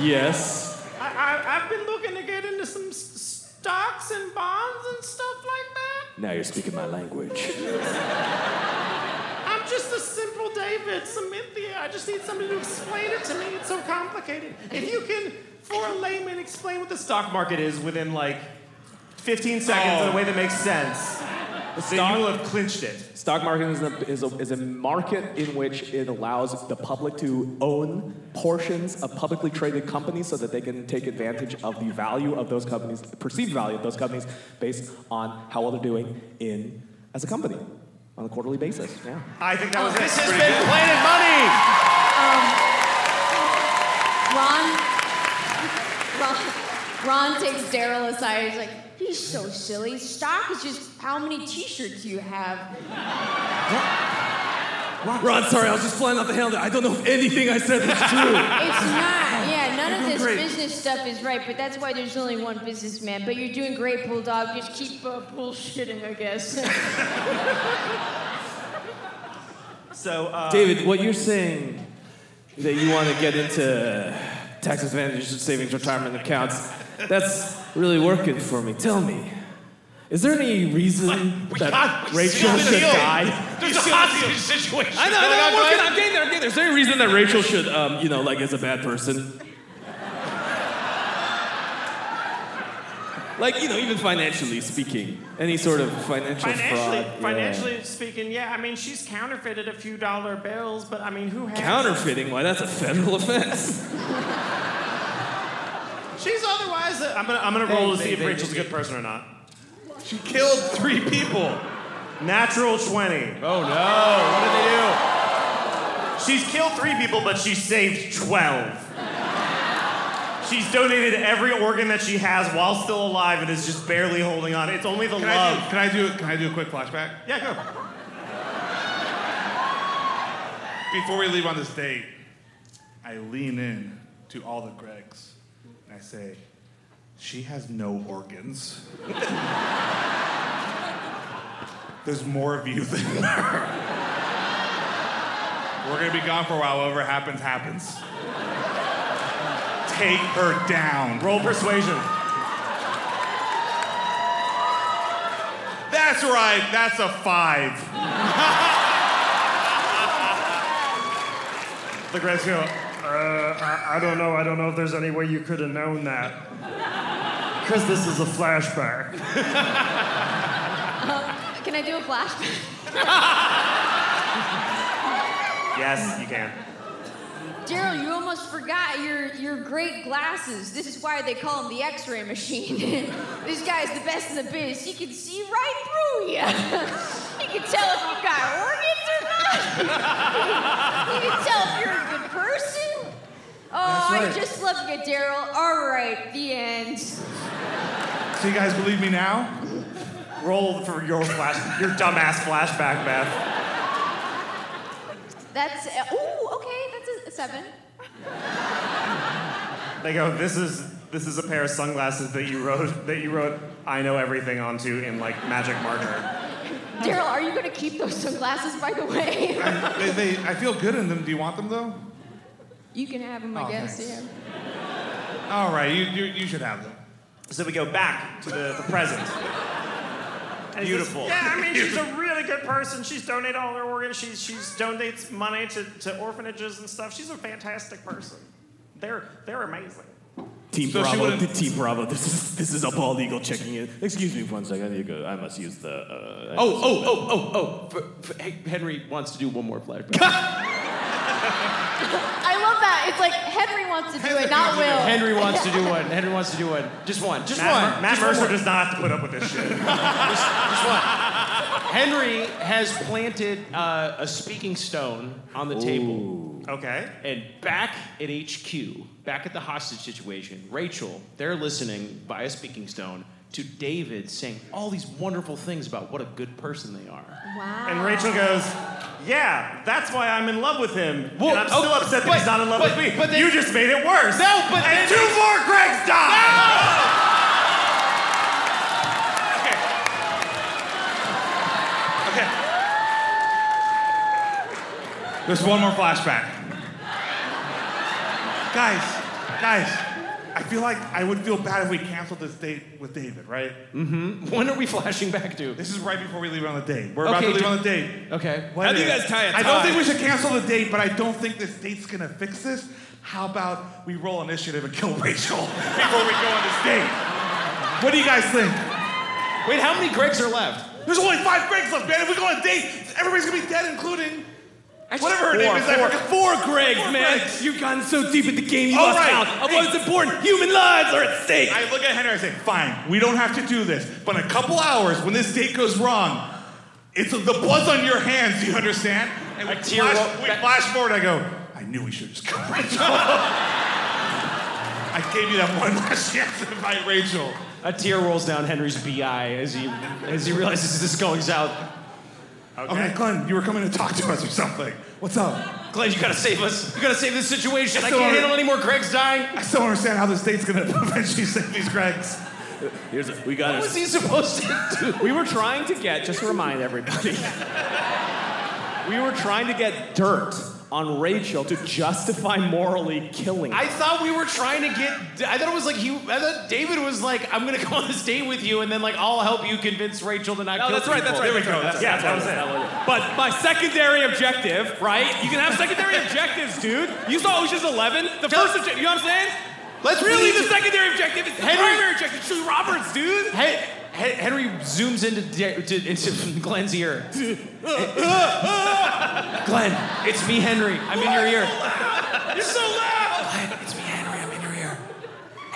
Speaker 7: yes.
Speaker 29: I, I, I've been looking to get into some s- stocks and bonds and stuff like that.
Speaker 7: Now you're speaking my language.
Speaker 29: I'm just a simple David, Cynthia. I just need somebody to explain it to me. It's so complicated. If you can, for a layman, explain what the stock.
Speaker 6: Stock market is within like 15 seconds in a way that makes sense. So you will have clinched it.
Speaker 7: Stock market is a, is, a, is a market in which it allows the public to own portions of publicly traded companies so that they can take advantage of the value of those companies, the perceived value of those companies, based on how well they're doing in as a company on a quarterly basis. Yeah.
Speaker 6: I think that was
Speaker 29: Oh,
Speaker 7: This
Speaker 6: it.
Speaker 7: has
Speaker 6: Pretty
Speaker 7: been
Speaker 6: good.
Speaker 7: Planet Money!
Speaker 5: Ron, Ron takes Daryl aside. He's like, he's so silly. Stock is just how many T-shirts you have.
Speaker 7: Ron, sorry, I was just flying off the handle. I don't know if anything I said was true.
Speaker 5: It's not. Yeah, none of
Speaker 7: You're
Speaker 5: this
Speaker 7: great.
Speaker 5: business stuff is right, but that's why there's only one businessman. But you're doing great, Bulldog. Just keep uh, bullshitting, I guess.
Speaker 6: So, uh,
Speaker 7: David, what you're saying that you want to get into tax advantage savings retirement accounts, that's really working for me. Tell me, is there any reason that Rachel should die?
Speaker 4: There's a hostage situation.
Speaker 7: I know, I know, I'm working, I'm getting there, I'm getting there. Is there any reason that Rachel should, um, you know, like, is a bad person? Like, you know, even financially speaking, any sort of financial
Speaker 29: Financially,
Speaker 7: fraud. yeah.
Speaker 29: financially speaking, yeah. I mean, she's counterfeited a few dollar bills, but I mean, who has?
Speaker 7: Counterfeiting? Why, that's a federal offense.
Speaker 6: She's otherwise. A, I'm gonna, I'm gonna
Speaker 7: Hey,
Speaker 6: roll to
Speaker 7: hey,
Speaker 6: see if
Speaker 7: hey,
Speaker 6: Rachel's a
Speaker 7: hey.
Speaker 6: good person or not. She killed three people. Natural twenty. Oh no! What did they do? She's killed three people, but she saved twelve. She's donated every organ that she has while still alive and is just barely holding on. It's only the
Speaker 31: Can I
Speaker 6: love.
Speaker 31: do- can I do? Can I do a quick flashback?
Speaker 6: Yeah, go.
Speaker 31: Before we leave on this date, I lean in
Speaker 4: to all the Gregs and I say, She has no organs. There's more of you than her. We're gonna be gone for a while. Whatever happens, happens. Take her down. Roll persuasion.
Speaker 32: That's right. That's a five.
Speaker 33: The Gregs go, uh, I, I don't know. I don't know if there's any way you could have known that. Because this is a flashback.
Speaker 5: Um, can I do a flashback?
Speaker 6: Yes, you can.
Speaker 5: Daryl, you almost forgot your, your great glasses. This is why they call him the x ray machine. this guy's the best in the biz. He can see right through you. he can tell if you've got organs or not. he can tell if you're a good person. Oh,
Speaker 4: That's right.
Speaker 5: I just love you, Daryl. All right, the end.
Speaker 4: So you guys believe me now?
Speaker 6: Roll for your flash, your dumbass flashback, Beth.
Speaker 5: That's, ooh, okay, that's a seven.
Speaker 6: They go, this is this is a pair of sunglasses that you wrote that you wrote I know everything onto in like magic marker.
Speaker 5: Daryl, are you going to keep those sunglasses, by the way?
Speaker 4: I, they, they, I feel good in them. Do you want them though?
Speaker 5: you can have them, I
Speaker 4: Oh,
Speaker 5: guess, yeah.
Speaker 4: All right, you, you, you should have them.
Speaker 6: So we go back to the, the present.
Speaker 33: And he says,
Speaker 6: Beautiful.
Speaker 33: yeah, I mean, she's a really good person. She's donated all her organs. She's she's donates money to, to orphanages and stuff. She's a fantastic person. They're they're amazing.
Speaker 34: Team
Speaker 33: So she
Speaker 34: Bravo,
Speaker 33: wouldn't-
Speaker 34: the Team Bravo. This is this is a bald eagle checking in. Excuse me for one second. You go. I must use the. Uh, I
Speaker 7: Oh,
Speaker 34: must
Speaker 7: oh,
Speaker 34: use
Speaker 7: oh, oh, oh. F- f- Henry wants to do one more flashback.
Speaker 5: I love that. It's like Henry wants to do it, not Will.
Speaker 7: Henry wants to do one. Henry wants to do one. Just one. Just
Speaker 6: Matt
Speaker 7: one.
Speaker 6: Mer- Matt
Speaker 7: Just one
Speaker 6: Mercer
Speaker 7: more.
Speaker 6: does not have to put up with this shit.
Speaker 7: Henry has planted uh, a speaking stone on the table.
Speaker 6: Okay.
Speaker 7: And back at HQ, back at the hostage situation, Rachel, they're listening via speaking stone to David saying all these wonderful things about what a good person they are.
Speaker 5: Wow.
Speaker 6: And Rachel goes, Yeah, that's why I'm in love with him.
Speaker 7: Well,
Speaker 6: and I'm
Speaker 7: oh,
Speaker 6: still upset that
Speaker 7: but-
Speaker 6: he's not in love
Speaker 7: but-
Speaker 6: with me.
Speaker 7: but then-
Speaker 6: you just made it worse.
Speaker 7: No, but
Speaker 6: and
Speaker 7: then-
Speaker 6: two more Gregs died.
Speaker 4: There's one more flashback. guys, guys, I feel like I would feel bad if we canceled this date with David, right?
Speaker 7: Mm-hmm. When are we flashing back to?
Speaker 4: This is right before we leave on the date. We're about
Speaker 7: Okay,
Speaker 4: to leave
Speaker 7: do-
Speaker 4: on the date.
Speaker 7: Okay.
Speaker 4: What is- I don't think we should cancel the date, but I don't think this date's gonna fix this. How about we roll initiative and kill Rachel before we go on this date? What do you guys think?
Speaker 7: Wait, how many Gregs are left?
Speaker 4: There's only five Gregs left, man. If we go on a date, everybody's gonna be dead, including whatever her name is. I forget-
Speaker 34: Four Gregs, man. You've gotten so deep in the game, you
Speaker 4: All
Speaker 34: lost
Speaker 4: right.
Speaker 34: count of
Speaker 4: Hey.
Speaker 34: what's important. Human lives are at stake.
Speaker 35: Eh.
Speaker 4: I look at Henry and I say, fine, we don't have to do this. But in a couple hours, when this date goes wrong, it's the blood's on your hands, do you understand? And we,
Speaker 7: tear
Speaker 4: flash,
Speaker 7: roll-
Speaker 4: we flash forward, I go, I knew we should have just killed Rachel. I gave you that one last chance to invite Rachel.
Speaker 7: A tear rolls down Henry's bi as he as he realizes this is going south.
Speaker 4: Okay. Glenn, you were coming to talk to us or something. What's up?
Speaker 7: Glenn, you gotta save us. You gotta save this situation. I
Speaker 4: still
Speaker 7: can't
Speaker 4: don't-
Speaker 7: handle any more Gregs dying.
Speaker 4: I still don't understand how this date's gonna eventually save these Gregs.
Speaker 34: Here's a, we got.
Speaker 4: What
Speaker 34: our-
Speaker 4: was he supposed
Speaker 7: to do?
Speaker 35: We were trying to get, just to remind everybody, we were trying to get dirt on Rachel to justify morally killing
Speaker 7: I thought we were trying to get. I thought it was like he. I thought David was like, "I'm gonna go on this date with you, and then like I'll help you convince Rachel to not
Speaker 35: No,
Speaker 7: kill
Speaker 35: Oh, that's right, that's
Speaker 7: people."
Speaker 35: right. that's right, that's right, that's right, that's right. But my secondary objective, right? You can have secondary objectives, dude. You saw Ocean's Eleven. The first objective, you know what I'm saying?
Speaker 7: Let's
Speaker 35: really
Speaker 7: really-
Speaker 35: the secondary objective is the
Speaker 7: Henry-
Speaker 35: primary objective. It's Julie Roberts, dude.
Speaker 7: Hey, Hen- Henry zooms into Da- to, into Glenn's ear. Glenn, it's me, Henry. I'm in your ear.
Speaker 36: You're so loud!
Speaker 7: It's me, Henry. I'm in your ear.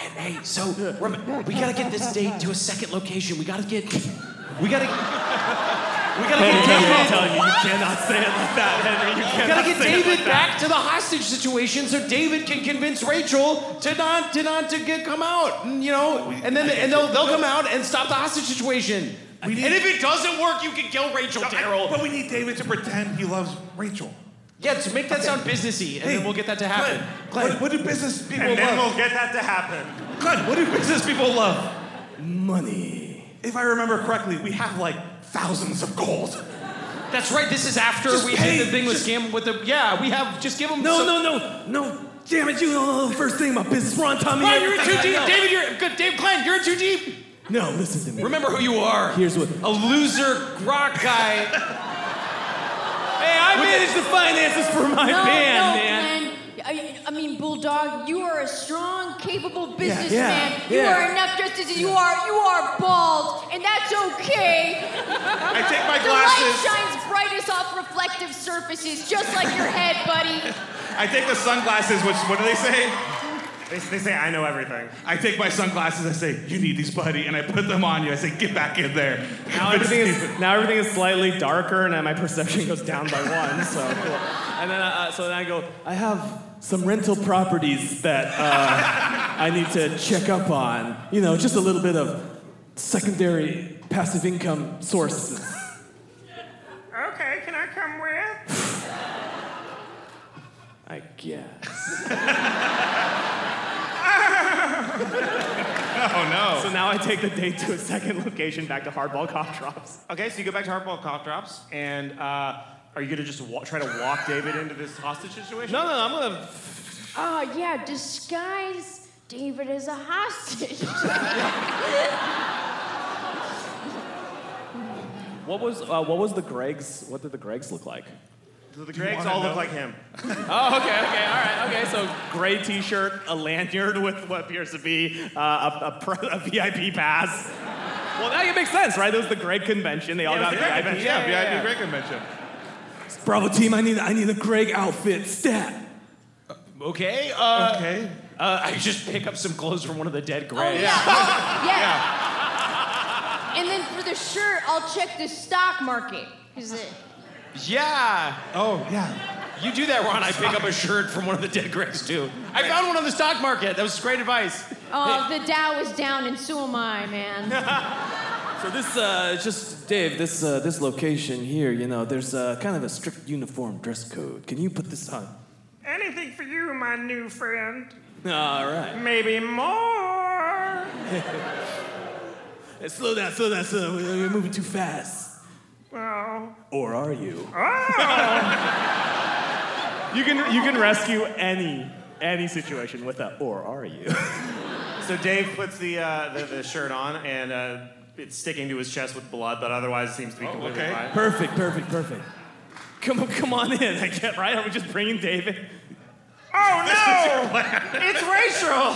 Speaker 7: And hey, so rem- we gotta get this date to a second location. We gotta get. We gotta. We gotta
Speaker 34: Henry,
Speaker 7: get
Speaker 34: Henry,
Speaker 7: David.
Speaker 34: I'm telling you, you cannot say it like that, Henry. You
Speaker 7: We
Speaker 34: cannot
Speaker 7: gotta get
Speaker 34: say it
Speaker 7: David
Speaker 34: like that.
Speaker 7: back to the hostage situation so David can convince Rachel to not to not to get come out. and, You know, and then and they'll they'll come out and stop the hostage situation. and if it doesn't work, you can kill Rachel, Daryl.
Speaker 4: But we need David to pretend he loves Rachel.
Speaker 7: Yeah, just make that sound businessy, and then we'll get that to happen.
Speaker 37: What, what do business people
Speaker 7: And then
Speaker 37: love?
Speaker 7: we'll get
Speaker 37: that to happen. Glenn, what do business people love? Money. If I remember correctly, we have like thousands of gold.
Speaker 7: That's right. This is after
Speaker 37: Just
Speaker 7: we
Speaker 37: pay,
Speaker 7: did the thing with scam with the. Yeah, we have. Just give them.
Speaker 3: No,
Speaker 7: some-
Speaker 3: no, no, no. Damn it, you don't know the first thing about business. Ron, Tommy.
Speaker 7: Ryan, you're in too deep. David, you're good. Dave Klein, you're in too deep.
Speaker 3: No, listen to me.
Speaker 7: Remember who you are.
Speaker 3: Here's what.
Speaker 7: A loser rock guy.
Speaker 3: Hey, I manage the finances for my
Speaker 5: no,
Speaker 3: band,
Speaker 5: no,
Speaker 3: man.
Speaker 5: Glenn. I, I mean, Bulldog, you are a strong, capable businessman. you
Speaker 3: yeah.
Speaker 5: are enough just as you are. You are bald, and that's okay. I
Speaker 4: take my
Speaker 5: The
Speaker 4: glasses.
Speaker 5: light shines brightest off reflective surfaces, just like your head, buddy.
Speaker 4: I take the sunglasses, which, what do they say? They, they say, I know everything. I take my sunglasses, I say, you need these, buddy, and I put them on you. I say, get back in there.
Speaker 3: Now everything is now everything is slightly darker, and uh, my perception goes down by one. So, and then uh, so then I go. I have some rental properties that uh, I need to check up on. You know, just a little bit of secondary passive income sources.
Speaker 38: Okay, can I come with?
Speaker 3: I guess.
Speaker 4: oh no!
Speaker 3: So now I take the date to a second location, back to Hardball Cough Drops.
Speaker 6: Okay, so you go back to Hardball Cough Drops, and uh, are you gonna just wa- try to walk David into this hostage situation?
Speaker 7: No, no, I'm gonna.
Speaker 5: Oh yeah, disguise David as a hostage.
Speaker 3: What was uh, what was the Gregs? What did the Gregs look like?
Speaker 6: So the
Speaker 3: Do you
Speaker 6: Gregs
Speaker 3: wanna
Speaker 6: all look
Speaker 3: know?
Speaker 6: like him.
Speaker 3: Oh, okay, okay, all right, okay. So gray T-shirt, a lanyard with what appears to be uh, a, a, pro- a VIP pass. Well, now it makes sense, right? It was the Greg convention. They all
Speaker 37: Yeah, it
Speaker 3: got
Speaker 37: was the Greg
Speaker 3: VIP.
Speaker 37: convention. Yeah, VIP Greg convention.
Speaker 3: Bravo team, I need I need a Greg outfit stat.
Speaker 7: Okay. Uh, okay. Uh, I just pick up some clothes from one of the dead graves.
Speaker 5: Oh, yeah. And then for the shirt, I'll check the stock market. 'Cause it-
Speaker 7: Yeah.
Speaker 37: Oh, yeah.
Speaker 7: You do that, Ron. I pick up a shirt from one of the dead Gregs, too. I found one on the stock market. That was great advice.
Speaker 5: Oh, the Dow is down, and so am I, man.
Speaker 3: So this uh, just Dave, this uh, this location here, you know, there's uh, kind of a strict uniform dress code. Can you put this on?
Speaker 38: Anything for you, my new friend.
Speaker 3: All right.
Speaker 38: Maybe more.
Speaker 3: Hey, slow down, slow down, slow down. You're moving too fast.
Speaker 38: Well,
Speaker 3: Or are you?
Speaker 38: You
Speaker 3: can you can rescue any any situation with a or are you?
Speaker 6: So Dave puts the, uh, the, the shirt on, and uh, it's sticking to his chest with blood, but otherwise it seems
Speaker 7: Oh,
Speaker 6: to be completely fine.
Speaker 3: Perfect, perfect, perfect. Come on, come on in. I get right. I was just bringing David.
Speaker 38: Oh no! it's Rachel.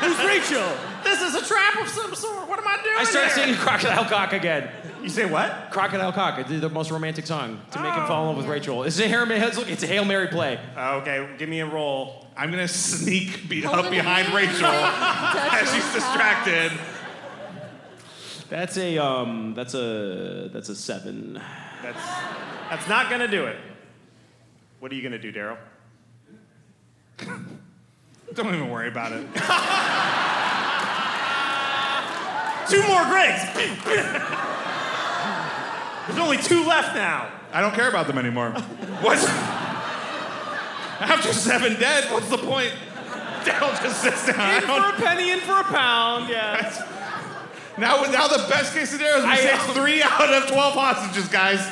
Speaker 3: Who's Rachel?
Speaker 38: This is a trap of some sort. What am I doing?
Speaker 7: I start
Speaker 38: here?
Speaker 7: singing Crocodile Cock again.
Speaker 6: You say what?
Speaker 7: Crocodile Cock. It's the most romantic song to make him fall in love with Rachel. It's a Hail Mary, it's a Hail Mary play.
Speaker 6: Okay, give me a roll.
Speaker 4: I'm gonna sneak be-
Speaker 7: Hold
Speaker 4: up
Speaker 7: it
Speaker 4: behind
Speaker 7: in.
Speaker 4: Rachel
Speaker 7: Touch
Speaker 4: as she's
Speaker 7: his
Speaker 4: distracted.
Speaker 7: That's a um. That's a that's a seven.
Speaker 6: That's that's not gonna do it. What are you gonna do, Daryl?
Speaker 4: Don't even worry about it.
Speaker 6: Two more Gregs. There's only two left now.
Speaker 4: I don't care about them anymore. what? After seven dead, what's the point? Daryl just sits down. I
Speaker 7: In for a
Speaker 4: don't-
Speaker 7: penny, in for a pound. Yes.
Speaker 4: Now, now the best case scenario is we
Speaker 7: I-
Speaker 4: saved three out of twelve hostages, guys.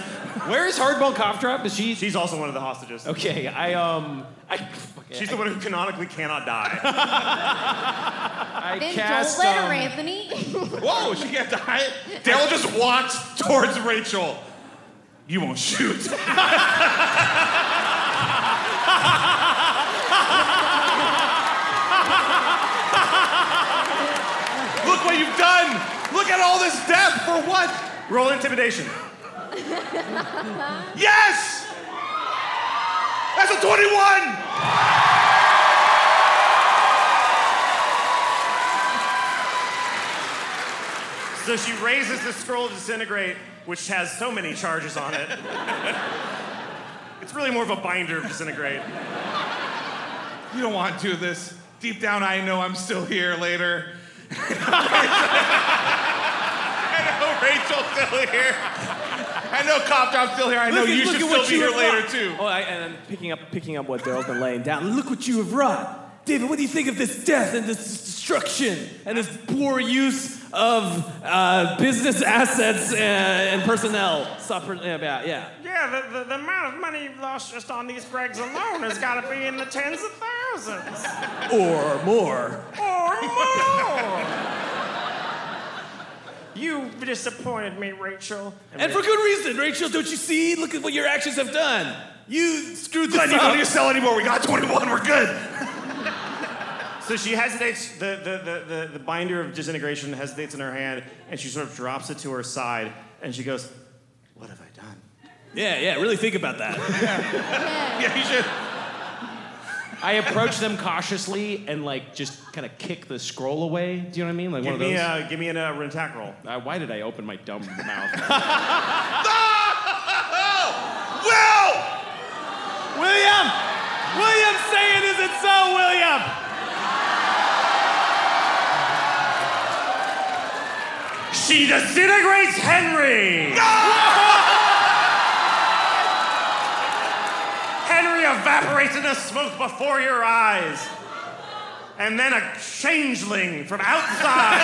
Speaker 7: Where is Hardball Cough Drop? Is she?
Speaker 6: She's also one of the hostages.
Speaker 7: Okay. I um. I.
Speaker 6: She's the one who canonically cannot die.
Speaker 7: I
Speaker 5: then
Speaker 6: cast,
Speaker 5: don't let
Speaker 6: um,
Speaker 5: her, Anthony.
Speaker 4: Whoa, she can't die. Daryl just walks towards Rachel. You won't shoot. Look what you've done. Look at all this death for what?
Speaker 6: Roll intimidation.
Speaker 4: Yes. That's a 21.
Speaker 6: So she raises the scroll of disintegrate, which has so many charges on it. it's really more of a binder of disintegrate.
Speaker 4: You don't want to do this. Deep down, I know I'm still here later. I know Rachel's still here.
Speaker 39: I know Cop Job's still here. I know
Speaker 7: Look at-
Speaker 39: you
Speaker 7: look
Speaker 39: should
Speaker 7: at
Speaker 39: still
Speaker 7: what
Speaker 39: be
Speaker 7: you
Speaker 39: here
Speaker 7: have
Speaker 39: later, too.
Speaker 7: wrought. Oh, I, and I'm picking up, picking up what Daryl's been laying down. Look what you have wrought, David. What do you think of this death and this destruction and this poor use of uh, business assets and, and personnel? Suffer, yeah, yeah.
Speaker 40: Yeah, the, the, the amount of money you've lost just on these Gregs alone has got to be in the tens of thousands.
Speaker 7: Or more.
Speaker 40: Or more! you disappointed me, Rachel.
Speaker 7: And for good reason, Rachel. Don't you see? Look at what your actions have done. You screwed this
Speaker 40: Glenn, you
Speaker 7: up.
Speaker 40: don't need to sell
Speaker 39: anymore. We got 21. We're good.
Speaker 6: So she hesitates. The, the, the, the, the binder of disintegration hesitates in her hand, and she sort of drops it to her side, and she goes, "What have I done?"
Speaker 7: Yeah, yeah. Really think about that.
Speaker 39: yeah, you should.
Speaker 2: I approach them cautiously and like just kind of kick the scroll away. Do you know what I mean? Like one
Speaker 6: Give
Speaker 2: of those.
Speaker 6: me, a, give me an uh, attack roll.
Speaker 2: Uh, why did I open my dumb mouth?
Speaker 39: Will!
Speaker 7: William! William saying, is it so, William?
Speaker 40: She disintegrates Henry!
Speaker 6: Henry evaporates into smoke before your eyes. And then a changeling from outside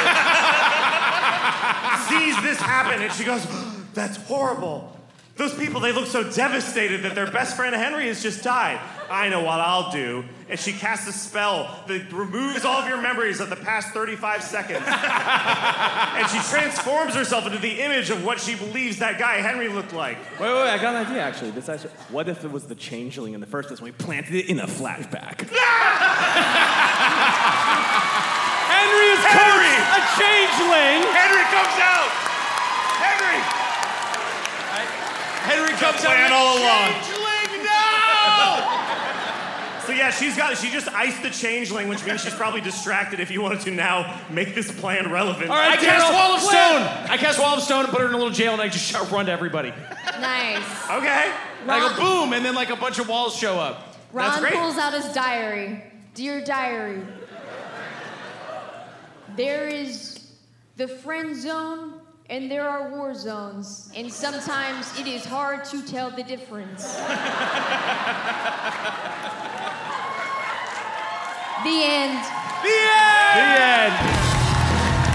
Speaker 6: sees this happen and she goes, That's horrible. Those people, they look so devastated that their best friend Henry has just died. I know what I'll do. And she casts a spell that removes all of your memories of the past 35 seconds. and she transforms herself into the image of what she believes that guy Henry looked like.
Speaker 7: Wait, wait, wait, I got an idea actually. This actually, what if it was the changeling in the first place when we planted it in a flashback? Henry is
Speaker 40: Henry!
Speaker 7: a changeling.
Speaker 39: Henry comes out. Henry.
Speaker 6: Henry comes
Speaker 39: out
Speaker 6: plan
Speaker 39: with
Speaker 6: all along.
Speaker 39: Changeling, no!
Speaker 6: So yeah, she's got. She just iced the changeling, which means she's probably distracted. If you wanted to now make this plan relevant,
Speaker 2: All right, I cast
Speaker 6: Daryl,
Speaker 2: Wall of
Speaker 6: plan.
Speaker 2: Stone. I cast Wall of Stone and put her in a little jail, and I just shout, run to everybody.
Speaker 5: Nice.
Speaker 6: Okay.
Speaker 2: And I go boom, and then like a bunch of walls show up.
Speaker 5: Ron pulls out his diary. Dear diary, there is the friend zone and there are war zones, and sometimes it is hard to tell the difference. the end.
Speaker 7: The end.
Speaker 2: The end.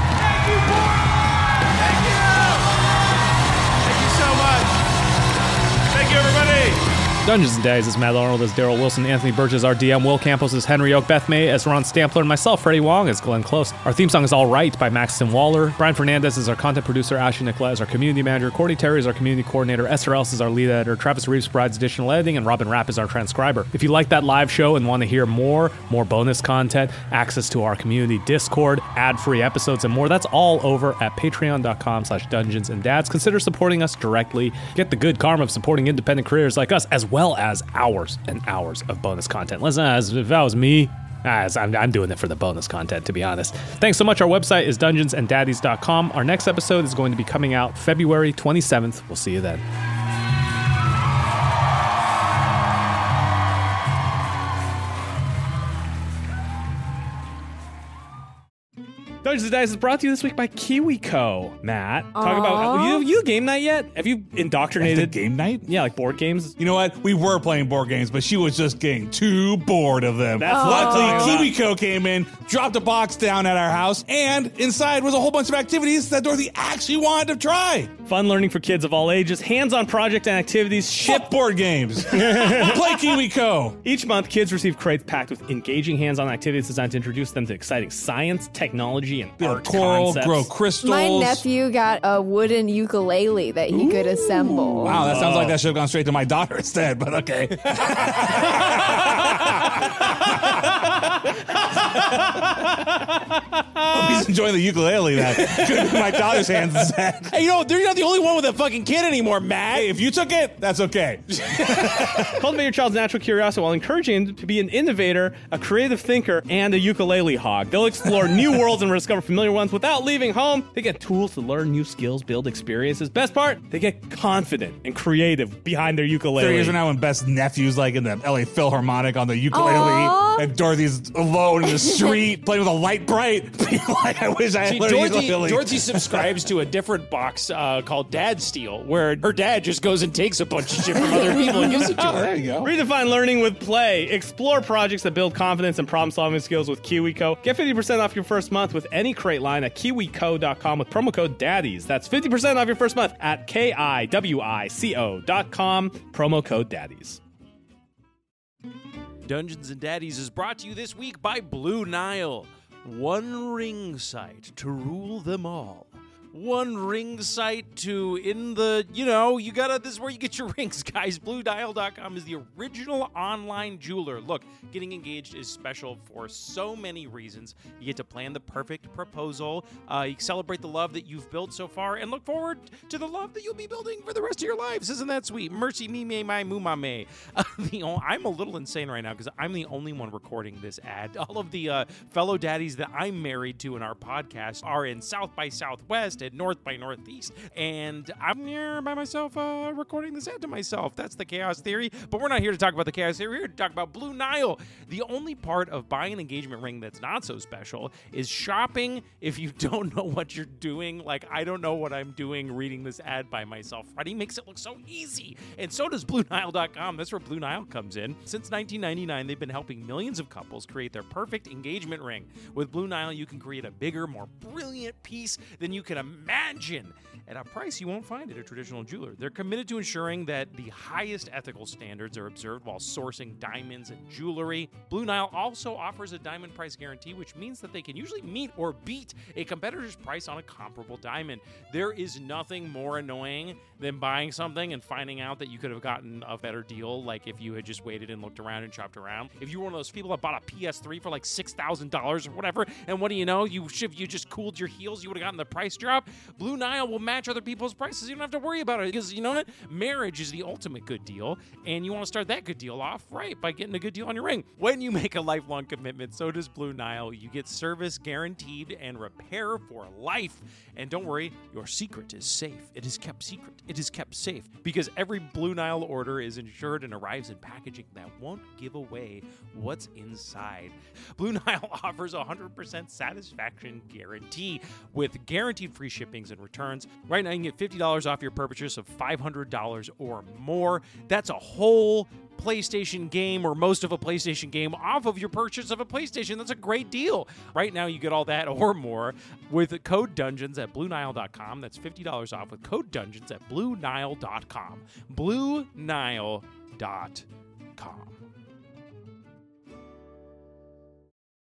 Speaker 39: Thank you so much. Thank you, everybody.
Speaker 1: Dungeons and Daddies is Matt Arnold as Daryl Wilson, Anthony Burgess, our DM, Will Campos as Henry Oak, Beth May as Ron Stampler, and myself, Freddie Wong as Glenn Close. Our theme song is All Right by Maxton Waller. Brian Fernandez is our content producer, Ashley Nicola is our community manager, Courtney Terry is our community coordinator, Esther Else is our lead editor, Travis Reeves provides additional editing, and Robin Rapp is our transcriber. If you like that live show and want to hear more, more bonus content, access to our community Discord, ad-free episodes, and more, that's all over at patreon.com slash dungeons and dads. Consider supporting us directly. Get the good karma of supporting independent careers like us, as well as hours and hours of bonus content. Listen, as if that was me, as I'm, I'm doing it for the bonus content, to be honest. Thanks so much. Our website is dungeonsanddaddies.com. Our next episode is going to be coming out February 27th. We'll see you then. Dungeons and Dice is brought to you this week by KiwiCo. Matt, talk about
Speaker 41: Aw.
Speaker 1: you. You game night yet? Have you indoctrinated
Speaker 4: game night?
Speaker 1: Yeah, like board games.
Speaker 4: You know what? We were playing board games, but she was just getting too bored of them.
Speaker 1: That's what I'm talking
Speaker 4: Luckily,
Speaker 1: about.
Speaker 4: KiwiCo came in, dropped a box down at our house, and inside was a whole bunch of activities that Dorothy actually wanted to try.
Speaker 41: Fun learning for kids of all ages, hands-on project and activities, ship
Speaker 4: board games.
Speaker 41: Play
Speaker 4: KiwiCo.
Speaker 41: Each month, kids receive crates packed with engaging hands-on activities designed to introduce them to exciting science, technology, and art
Speaker 4: coral,
Speaker 41: concepts.
Speaker 4: grow crystals.
Speaker 5: My nephew got a wooden ukulele that he could assemble.
Speaker 4: Wow, Oh, that sounds like that should have gone straight to my daughter instead, but okay. Hope he's enjoying the ukulele that could be my daughter's hands instead. Hey, you know, you're not the only one with a fucking kid anymore, Matt. Hey, if you took it, that's okay.
Speaker 41: Cultivate your child's natural curiosity while encouraging them to be an innovator, a creative thinker, and a ukulele hog. They'll explore new worlds and discover familiar ones without leaving home. They get tools to learn new skills, build experiences. Best part, they get confident and creative behind their ukulele.
Speaker 4: Three years from now, when Best Nephew's like in the LA Philharmonic on the ukulele,
Speaker 41: Aw.
Speaker 4: and Dorothy's alone in the street, playing with a light bright. Be like, I wish I had
Speaker 42: See,
Speaker 4: learned
Speaker 42: Dorothy,
Speaker 4: ukulele.
Speaker 42: Dorothy subscribes to a different box uh, called Dad Steel, where her dad just goes and takes a bunch of shit from other people and gives it to her.
Speaker 1: Redefine learning with play. Explore projects that build confidence and problem solving skills with KiwiCo. Get 50% off your first month with any crate line at kiwico.com with promo code DADDIES. That's 50% off your first month at K I W I C O.com, promo code DADDIES.
Speaker 7: Dungeons and Daddies is brought to you this week by Blue Nile. One ring sight to rule them all. One ring sight to in the you know you gotta this is where you get your rings, guys. BlueDial.com is the original online jeweler. Look, getting engaged is special for so many reasons. You get to plan the perfect proposal. Uh, you celebrate the love that you've built so far, and look forward to the love that you'll be building for the rest of your lives. Isn't that sweet? Mercy me me my moo my me. Uh, the o- I'm a little insane right now because I'm the only one recording this ad. All of the uh, fellow daddies that I'm married to in our podcast are in South by Southwest and North by Northeast, and I'm here by myself uh, recording this ad to myself. That's the chaos theory. But we're not here to talk about the chaos theory. We're here to talk about Blue Nile. The only part of buying an engagement ring that's not so special is shopping if you don't know what you're doing. Like, I don't know what I'm doing reading this ad by myself. Freddie makes it look so easy. And so does BlueNile.com. That's where Blue Nile comes in. Since 1999, they've been helping millions of couples create their perfect engagement ring. With Blue Nile, you can create a bigger, more brilliant piece than you can imagine at a price you won't find at a traditional jeweler. They're committed to ensuring that the highest ethical standards are observed while sourcing diamonds and jewelry. Blue Nile also offers a diamond price guarantee, which means that they can usually meet or beat a competitor's price on a comparable diamond. There is nothing more annoying than buying something and finding out that you could have gotten a better deal, like if you had just waited and looked around and shopped around. If you were one of those people that bought a PS3 for like six thousand dollars or whatever, and what do you know? You should you just cooled your heels, you would have gotten the price drop. Blue Nile will match other people's prices. You don't have to worry about it because you know what? Marriage is the ultimate good deal, and you want to start that good deal off right by getting a good deal on your ring. When you make a lifelong commitment, so does Blue Nile. You get service guaranteed and repair for life. And don't worry, your secret is safe. It is kept secret. It is kept safe because every Blue Nile order is insured and arrives in packaging that won't give away what's inside. Blue Nile offers a 100% satisfaction guarantee with guaranteed free shippings and returns. Right now, you can get $50 off your purchase of $500 or more. That's a whole PlayStation game or most of a PlayStation game off of your purchase of a PlayStation. That's a great deal. Right now, you get all that or more with the code Dungeons at BlueNile.com. That's $50 off with code Dungeons at BlueNile.com. BlueNile.com.